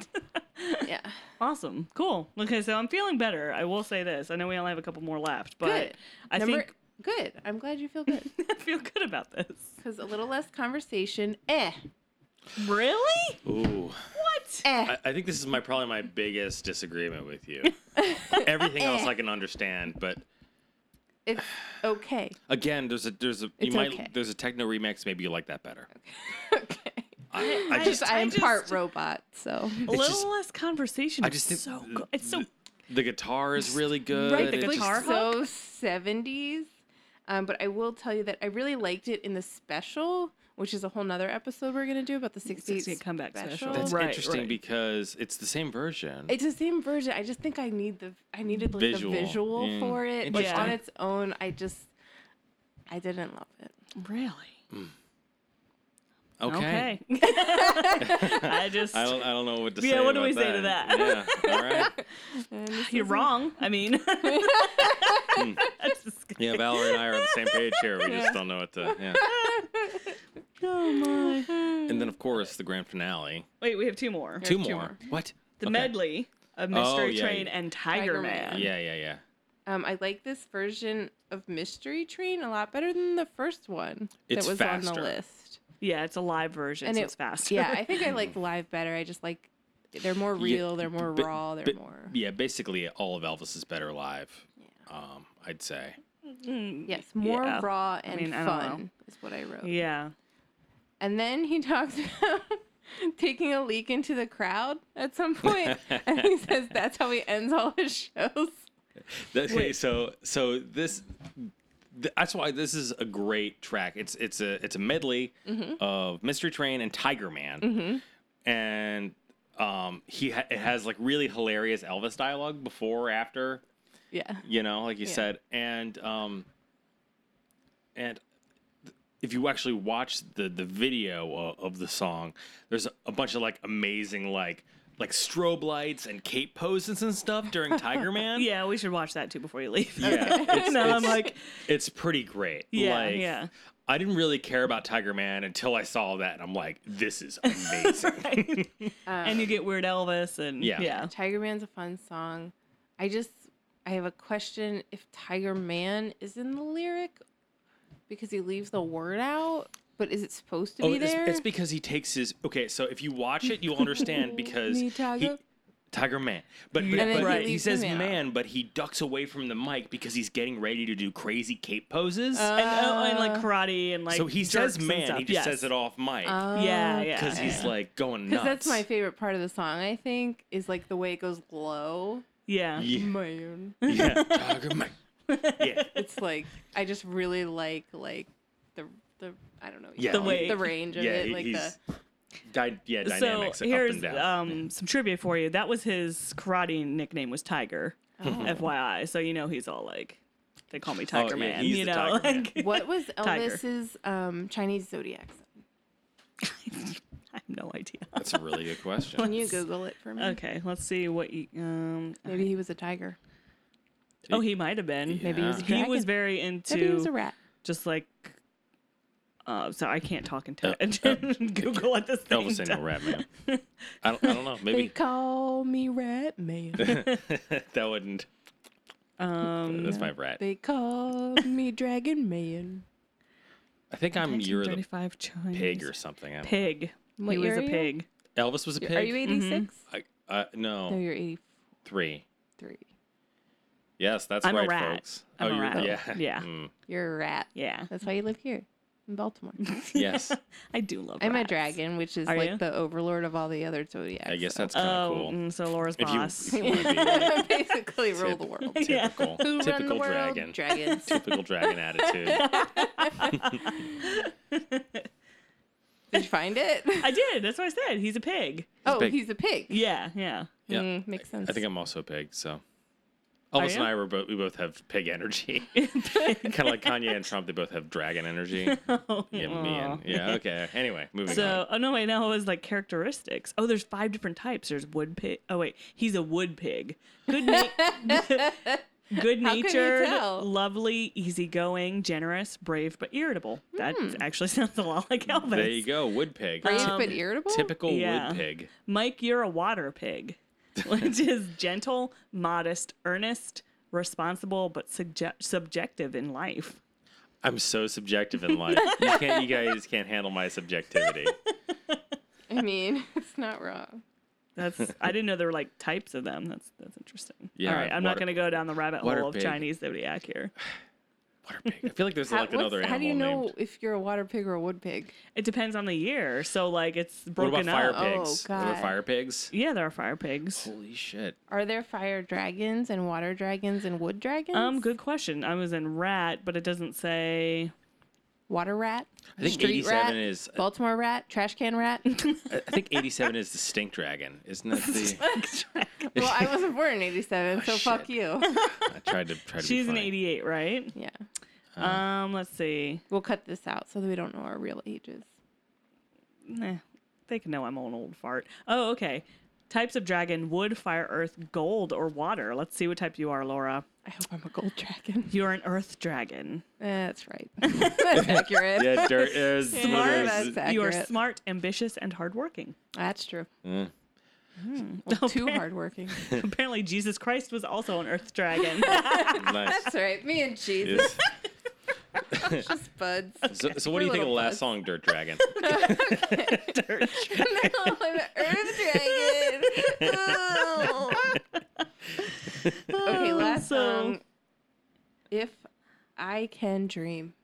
Yeah,
awesome, cool. Okay, so I'm feeling better. I will say this. I know we only have a couple more left, but
good.
I
Number
think <laughs>
good. I'm glad you feel good
I feel good about this.
because a little less conversation. Eh,
Really?
Ooh.
What?
eh.
I, I think this is my probably my biggest disagreement with
<laughs>
you. Everything else I can understand, but
It's
<laughs>
okay.
again, there's a there's a you
It's
might
okay.
there's a techno remix. Maybe you like that better.
okay.
I, I
I
just
Just I
I
am part
just-
robot,
<laughs>
so
A little
just-
less conversation.
I
is
just think
so
th-
good. It's so
th- the guitar is really good.
Right, the
It just-
guitar-
so 70s. Um, but I will tell you that I really liked it in the special, which is a whole nother episode we're going to do about the 68,
68 comeback special.
That's
Right,
interesting
right.
because it's the same version.
It's the same version. I just think I need the I needed like
Visual.
the visual
Mm.
for it. Like on
Interesting.
its own, I just I didn't love it.
really.
okay.
Okay.
<laughs>
I just
I don't, I don't know what to
Yeah,
say.
what do we
about
say to
Yeah, all right.
And this
<laughs> you're
is-
wrong. I mean, <laughs>
Hmm.
That's just-
Yeah, Valerie and I are on the same page here. We just don't know what to. Yeah.
oh my.
And then, of course, the grand finale.
Wait, we have two more.
Two,
two
more.
more.
What?
The
Okay. Oh,
medley of Mystery
yeah,
Train
yeah.
and Tiger,
Tiger
Man.
Man.
Yeah, yeah, yeah.
Um, I like this version of Mystery Train a lot better than the first one
It's
that was on
faster.
the list.
Yeah, it's a live version,
And
so
it-
it's faster.
Yeah, I think I like live better. I just like they're more
Yeah,
real, they're more
but-
raw, they're
but-
more
Yeah, basically, all of Elvis is better live. Um, I'd say.
yes, more
yeah.
raw and
mean, I don't know.
fun is what I wrote.
<laughs> yeah.
And then he <laughs> talks about taking a leak into the crowd at
<laughs>
some point, and he says that's how he ends all his shows.
That- Okay, so so this th- that's why this is a great track. It's it's a it's a medley
Mm-hmm.
of Mystery Train and Tiger Man, and um he ha- it has like really hilarious Elvis dialogue before after
Yeah,
you know like you
Yeah.
said and um and th- if you actually watch the the video of, of the song there's a, a bunch of like amazing like like strobe lights and cape poses and stuff
<laughs>
during Tiger Man
Yeah, we should watch that too before you leave. <laughs>
yeah, it's,
no, I'm
it's-
like,
it's pretty great.
Yeah,
like,
yeah.
I didn't really care about Tiger Man until I saw that, and I'm like,
<laughs>
this is amazing.
right. and you get Weird Elvis and
Yeah.
yeah.
Tiger Man's a fun song. I just I have a question if Tiger Man is in the lyric because he leaves the word out, but is it supposed to
oh,
be
it's,
there?
it's because he takes his. Okay, so if you watch it, you'll
<laughs>
understand because
Me,
he-
Tiger.
Tiger Man, but, but,
then
but
he
he
leaves
says
the man
man,
out.
but he ducks away from the mic because he's getting ready to do crazy cape poses.
And, oh, and
Uh,
like karate and like.
so he
jerks
says
and
man,
stuff.
he just
Yes.
says it off mic
Oh,
Yeah, yeah.
because he's like going nuts.
Ah. Because that's my favorite part of the song, I think, is like the way it goes low.
yeah.
yeah,
Man. <laughs>
yeah, Tiger Man. Yeah,
It's like I just really like like the the I don't know
Yeah,
the,
he-
the range of
yeah,
it
he-
like the
he's dy- yeah, dynamics
so
up
here's
and down.
um, some trivia for you. That was his karate nickname was Tiger,
Oh.
FYI. So you know he's all like, they call me Tiger
Oh, yeah,
Man.
he's
you
the
know,
Tiger Man.
<laughs>
like,
what was
Tiger.
Elvis's um, Chinese zodiac sign?
<laughs> I have no idea.
That's a really
<laughs>
good question.
Can you Google it for me?
Okay, let's see what. He, um,
Maybe he was a tiger.
oh, he might have been.
Maybe he was a
Yeah.
dragon.
He was very into
Maybe he was a rat.
just like. Uh, so I can't talk <laughs> and, t- and Google at this same
uh, Elvis ain't no
time.
<laughs>
rat man. I don't, I don't know.
They
Maybe
call me Rat Man.
<laughs> that wouldn't.
Um,
That's my rat.
they call me Dragon Man.
I think I'm you're the
1935 Chinese
pig or something. I don't-
pig.
What
he was
year
a
are you?
pig.
Elvis was a pig.
Are you 86?
I, uh, no,
No, you're 83.
three. Yes, that's
I'm a
right,
rat.
folks.
I'm
oh,
a
you're
rat.
yeah,
<laughs> Yeah.
Mm.
You're a rat.
Yeah.
That's why you live here in Baltimore.
Yes,
I do love.
I'm a
rats.
dragon, which is
Are
like
you?
the overlord of all the other zodiacs.
I guess
so
that's kind of
oh,
cool.
mm, so Laura's
If you,
boss.
if
<laughs>
you wanna be
<laughs>
like,
basically rule the world.
Yeah. <laughs>
<laughs> typical,
<laughs> Who run the
typical
world? <laughs>
dragon,
Dragons.
typical dragon
<laughs>
attitude.
Did you find it?
I did. That's what I said. He's a pig.
oh,
big.
he's a pig.
Yeah, yeah. <laughs>
Yeah,
Mm, makes sense.
I think I'm also a pig. So Elvis
you?
and I were both we both have pig energy.
<laughs>
<laughs> kind of like Kanye and Trump, they both have dragon energy. Yeah, me and yeah. Okay. Anyway, moving
So, oh no, wait, no, it was like characteristics. Oh, there's five different types. There's wood pig. Oh wait, he's a wood pig. Good,
<laughs>
na- good
How could you
natured,
tell?
lovely, easygoing, generous, brave, but irritable. That actually <laughs> sounds a lot like Elvis.
on. Hmm. There you go, wood pig.
Brave
Typ-
but irritable.
typical
Yeah.
wood pig.
Mike, you're a water
<laughs>
pig, which is gentle, modest, earnest, responsible, but sugge- subjective in life.
I'm so subjective in
<laughs>
life. you can't. You guys can't handle my subjectivity.
I mean, <laughs> it's not wrong.
That's I didn't know there were like types of them. That's that's interesting.
Yeah,
All right, I'm not
water-
going to go down the rabbit
water
hole of
pig.
Chinese zodiac here.
Water pig. I feel like there's like
how,
another
what's-
animal
how do you know
named.
if you're a water pig or a wood pig?
It depends on the year. So like it's
What about
broken
fire
up.
Oh,
pigs? What about
God.
fire pigs?
Yeah, there are fire pigs.
Holy shit!
Are there fire dragons and water dragons and wood dragons?
Um, good question. I was in rat, but it doesn't say.
Water rat.
I think
street
87
rat,
is- uh,
Baltimore rat. Trash can
<laughs>
rat. <laughs>
I I think 87 is the stink dragon, isn't that
<laughs>
the?
well, I wasn't born
<laughs>
in '87, so fuck
Oh, shit. <laughs>
you.
I tried to try to.
She's
be
an
funny. Uh-huh.
88, right?
Yeah,
Um, let's see.
we'll cut this out so that we don't know our real ages.
Nah, they can know I'm an old fart. Oh, okay. Types of dragon: wood, fire, earth, gold, or water. Let's see what type you are, Laura.
I hope I'm a gold dragon.
You're an earth dragon.
Eh, That's
<laughs>
right. <laughs> That's accurate.
Yeah, dirt
<laughs>
is
Smart. That's
You are
accurate.
smart, ambitious, and
<laughs>
hardworking.
That's true. Hmm, <laughs> Well, too hardworking.
Apparently, Jesus Christ was also an earth
<laughs>
dragon.
nice.
<laughs> That's right. Me and Jesus,
Yes.
just buds. <laughs>
So, so what do
We're
you think of
little
the last
buds.
song, Dirt
<laughs>
Dragon?
no, I'm an earth dragon. Oh. Ew. okay, last
so-
song. If I can dream.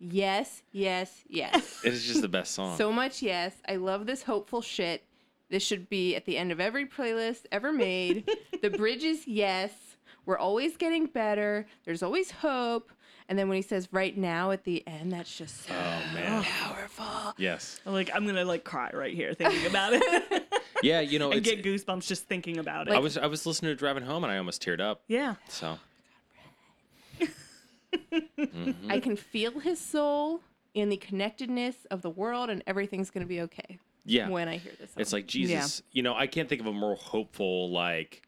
Yes, yes, yes.
it is just the best song.
so much yes. I love this hopeful shit. This should be at the end of every playlist ever made.
<laughs>
the bridge is yes. We're always getting better. There's always hope. And then when he says right now at the end, that's just so
oh man,
powerful.
yes,
like I'm gonna like cry right here thinking about it.
yeah. You know,
I
it's,
get goosebumps just thinking about it.
I was I was listening to driving home and I almost teared up.
yeah.
So Mm-hmm.
I can feel his soul in the connectedness of the world, and everything's gonna be okay.
yeah,
When I hear this, song.
it's like Jesus. You know, I can't think of a more hopeful, like,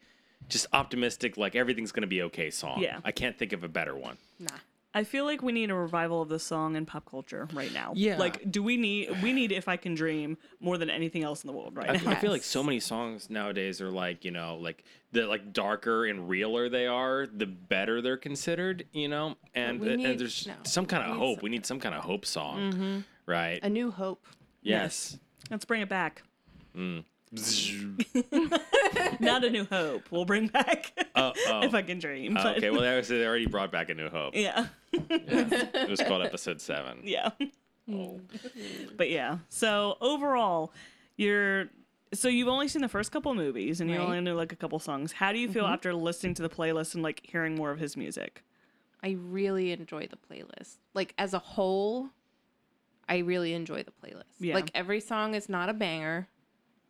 just optimistic, like everything's gonna be okay song.
Yeah.
I can't think of a better one.
nah.
I feel like we need a revival of this song in pop culture right now.
Yeah.
Like, do we need we need "If I Can Dream" more than anything else in the world
I,
right now?
I feel like so many songs nowadays are like you know like the like darker and realer they are, the better they're considered. You know, and,
we
and
need-
there's
no,
some kind
we
of
need
hope.
some- Mm-hmm.
We need some kind of hope song, right?
A new hope.
yes.
Let's bring it back.
<laughs>
Not a new hope. We'll bring back <laughs>
Uh, oh.
"If I Can Dream."
Oh,
but-
okay, well, that was, they already brought back a new
<laughs>
hope.
Yeah.
It was called episode seven.
Yeah.
Oh.
<laughs> But yeah. So overall, you're so you've only seen the first couple movies and you
Right. Mm-hmm.
only knew like a couple songs. How do you feel after listening to the playlist and like hearing more of his music?
I really enjoy the playlist. Like as a whole, I really enjoy the playlist.
Yeah.
Like every song is not a banger.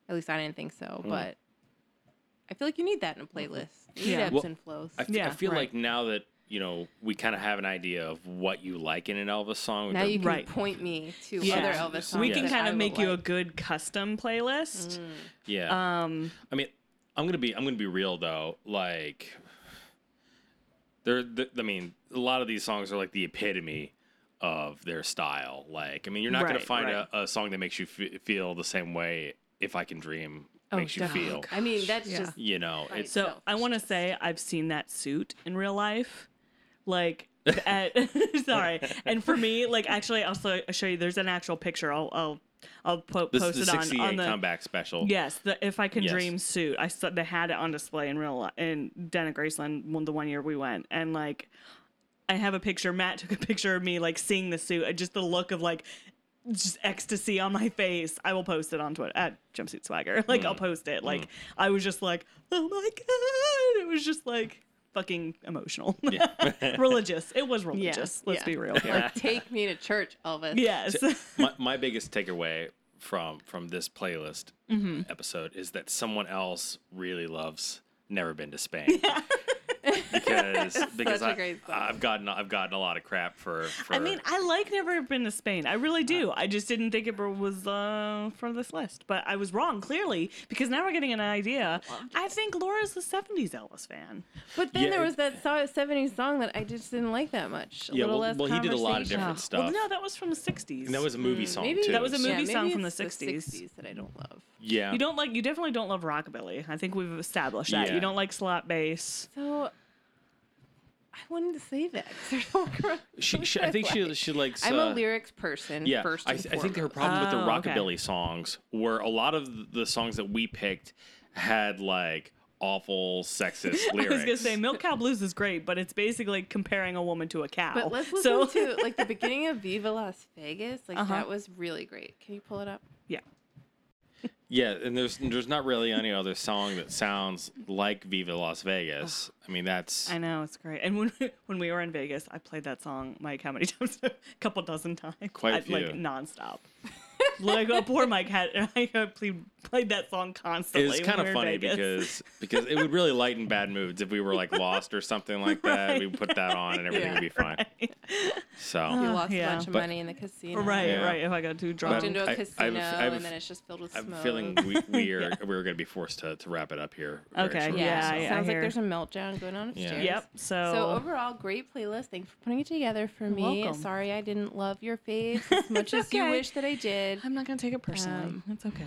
At least I didn't think
Mm.
so, but I feel like you need that in a playlist. You need
Yeah.
ebbs
Well,
and flows.
I f-
Yeah,
I feel
right.
like now that you know we kind of have an idea of what you like in an Elvis song. with
now
the-
you can
Right.
point me to
Yeah.
other Elvis songs.
we can
that
kind
I
of
will
make you a
like.
good custom playlist.
uh,
yeah.
Um,
I mean, I'm gonna be I'm gonna be real though. Like, they're th- I mean, a lot of these songs are like the epitome of their style. Like, I mean, you're not gonna
Right,
find
right.
a, a song that makes you f- feel the same way. If I can dream,
Oh,
makes you
duh.
feel.
I mean, that's
Yeah.
just
You know,
Right.
it's
so
So-
I want to say I've seen that suit in real life,
<laughs>
like. at, <laughs> sorry, and for me, like actually, I'll show, I'll show you. There's an actual picture. I'll I'll I'll po-
this
post
is
it
the
on
'68
on the
comeback special.
Yes, the If I Can
Yes.
Dream suit. I saw they had it on display in real life in Den of Graceland one the one year we went, and like I have a picture. Matt took a picture of me like seeing the suit and just the look of like just ecstasy on my face. I will post it on Twitter at Jumpsuit Swagger. <laughs> Like
Mm.
I'll post it. Like I was just like, oh my god! It was just like fucking emotional, <laughs> religious. It was religious.
<laughs>
Let's
yeah.
be real
<laughs>
here.
like take me to church, Elvis.
yes.
my, my biggest takeaway from from this playlist
Mm-hmm.
episode is that someone else really loves never been
<laughs>
to spain because because
a
I,
great song.
i've gotten i've gotten a lot of crap for, for
I mean, I like never have been to Spain. I really do. I just didn't think it was uh, for this list, but I was wrong clearly because now we're getting an idea. I think Laura's a '70s Elvis fan.
But then
Yeah,
there
it-
was that so- 70s song that I just didn't like that much. A
yeah
little
well,
less
well he did a lot of
conversation.
different stuff
Oh. Well, no, that was from the '60s.
and that was a movie song
Mm, maybe-
too
That
was a
so-
movie
maybe
song from
it's
the 60s.
60s that I don't love.
yeah
you don't like. You definitely don't love rockabilly. I think we've established that.
Yeah.
You don't like slap bass.
So I wanted to say that. 'cause I don't <laughs> remember-
she, she, i think she she likes
I'm a
uh,
lyrics person
yeah,
first.
I,
and
th- I think her
foremost.
problem with the
Oh, okay.
rockabilly songs were a lot of the songs that we picked had like awful sexist
<laughs>
lyrics.
I was gonna say Milk
<laughs>
Cow Blues is great, but it's basically comparing a woman to a cow.
But <laughs> let's
so,
listen to like the beginning of Viva Las Vegas. Like
Uh-huh.
that was really great. Can you pull it up?
<laughs> yeah.
Yeah, and there's there's not really any other song that sounds like Viva Las Vegas. I mean, that's
I know it's great. And when when we <laughs> were in Vegas, I played that song. Mike, how many <laughs> times? a couple dozen times.
Quite a
I- Like
few.
nonstop. like oh, poor Mike had <laughs> I played, played that song constantly.
it's
when
kind
we were
of
in
funny
Vegas.
because because it would really lighten bad moods if we were like lost or something like that. We
Right.
put that on and everything would be fine.
You Uh,
So
lost
yeah.
a bunch of
But-
money in the casino.
<laughs> right,
Yeah.
right. If I got too drunk,
Walked into a
I- I have-
casino
I have-
and then it's just filled with
I'm
smoke.
feeling we, we are we are going to be forced to, to wrap it up here. very
Okay,
shortly,
Yeah,
Yeah,
so.
I- I
sounds like
hear.
there's a meltdown going on
Yeah.
upstairs.
yep. So,
So overall, great playlist. Thanks for putting it together for me.
welcome.
Sorry I didn't love your faves as <laughs> much as you
okay.
wish that I did.
I'm not gonna take it personally.
Um,
it's
<laughs>
okay.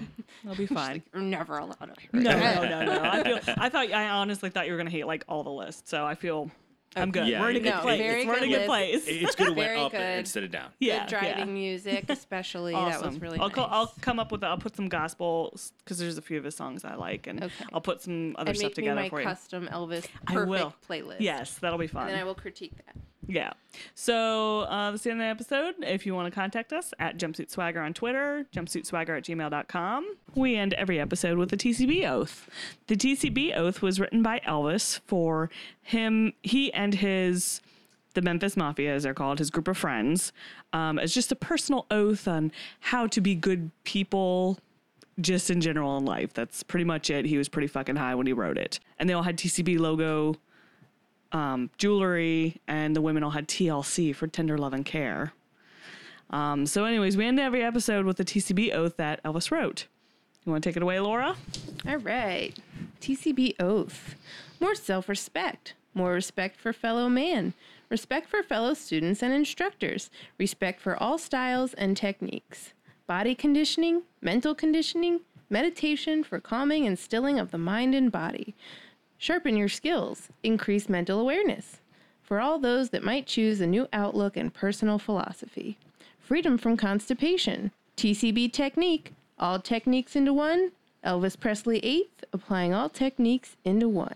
I'll be fine.
You're never allowed to hear
No,
it. <laughs>
no, no,
<laughs>
no. I feel. I thought. I honestly thought you were gonna hate like all the lists. So I feel. I'm good.
Yeah,
we're in a
it-
good
No,
place.
very
we're in a
good
good
list.
place. <laughs>
It- it's good to went
Very
up
good.
instead of down.
Good driving <laughs> music, especially. That was really
I'll,
nice.
co- I'll come up with. I'll put some gospel because there's a few of his songs I like, and
Okay.
I'll put some other
and
stuff
make me
together
my
for you.
custom Elvis
I
perfect
will.
playlist.
Yes, that'll be
And then I
fun.
will critique that.
Yeah. So uh, that's the end of the episode. If you want to contact us at Jumpsuit Swagger on Twitter, jumpsuitswagger at gmail.com. We end every episode with a TCB oath. The TCB oath was written by Elvis for him, he and his the Memphis Mafia, as they're called, his group of friends, um, as just a personal oath on how to be good people just in general in life. That's pretty much it. He was pretty fucking high when he wrote it. And they all had TCB logo um, jewelry, and the women all had TLC for tender love and care. Um, so, anyways, we end every episode with the TCB oath that Elvis wrote. You want to take it away, Laura?
All right. TCB oath. More self respect. More respect for fellow man. Respect for fellow students and instructors. Respect for all styles and techniques. Body conditioning, mental conditioning, meditation for calming and stilling of the mind and body. Sharpen your skills. Increase mental awareness. For all those that might choose a new outlook and personal philosophy. Freedom from constipation. TCB technique. All techniques into one. Elvis Presley 8th, applying all techniques into one.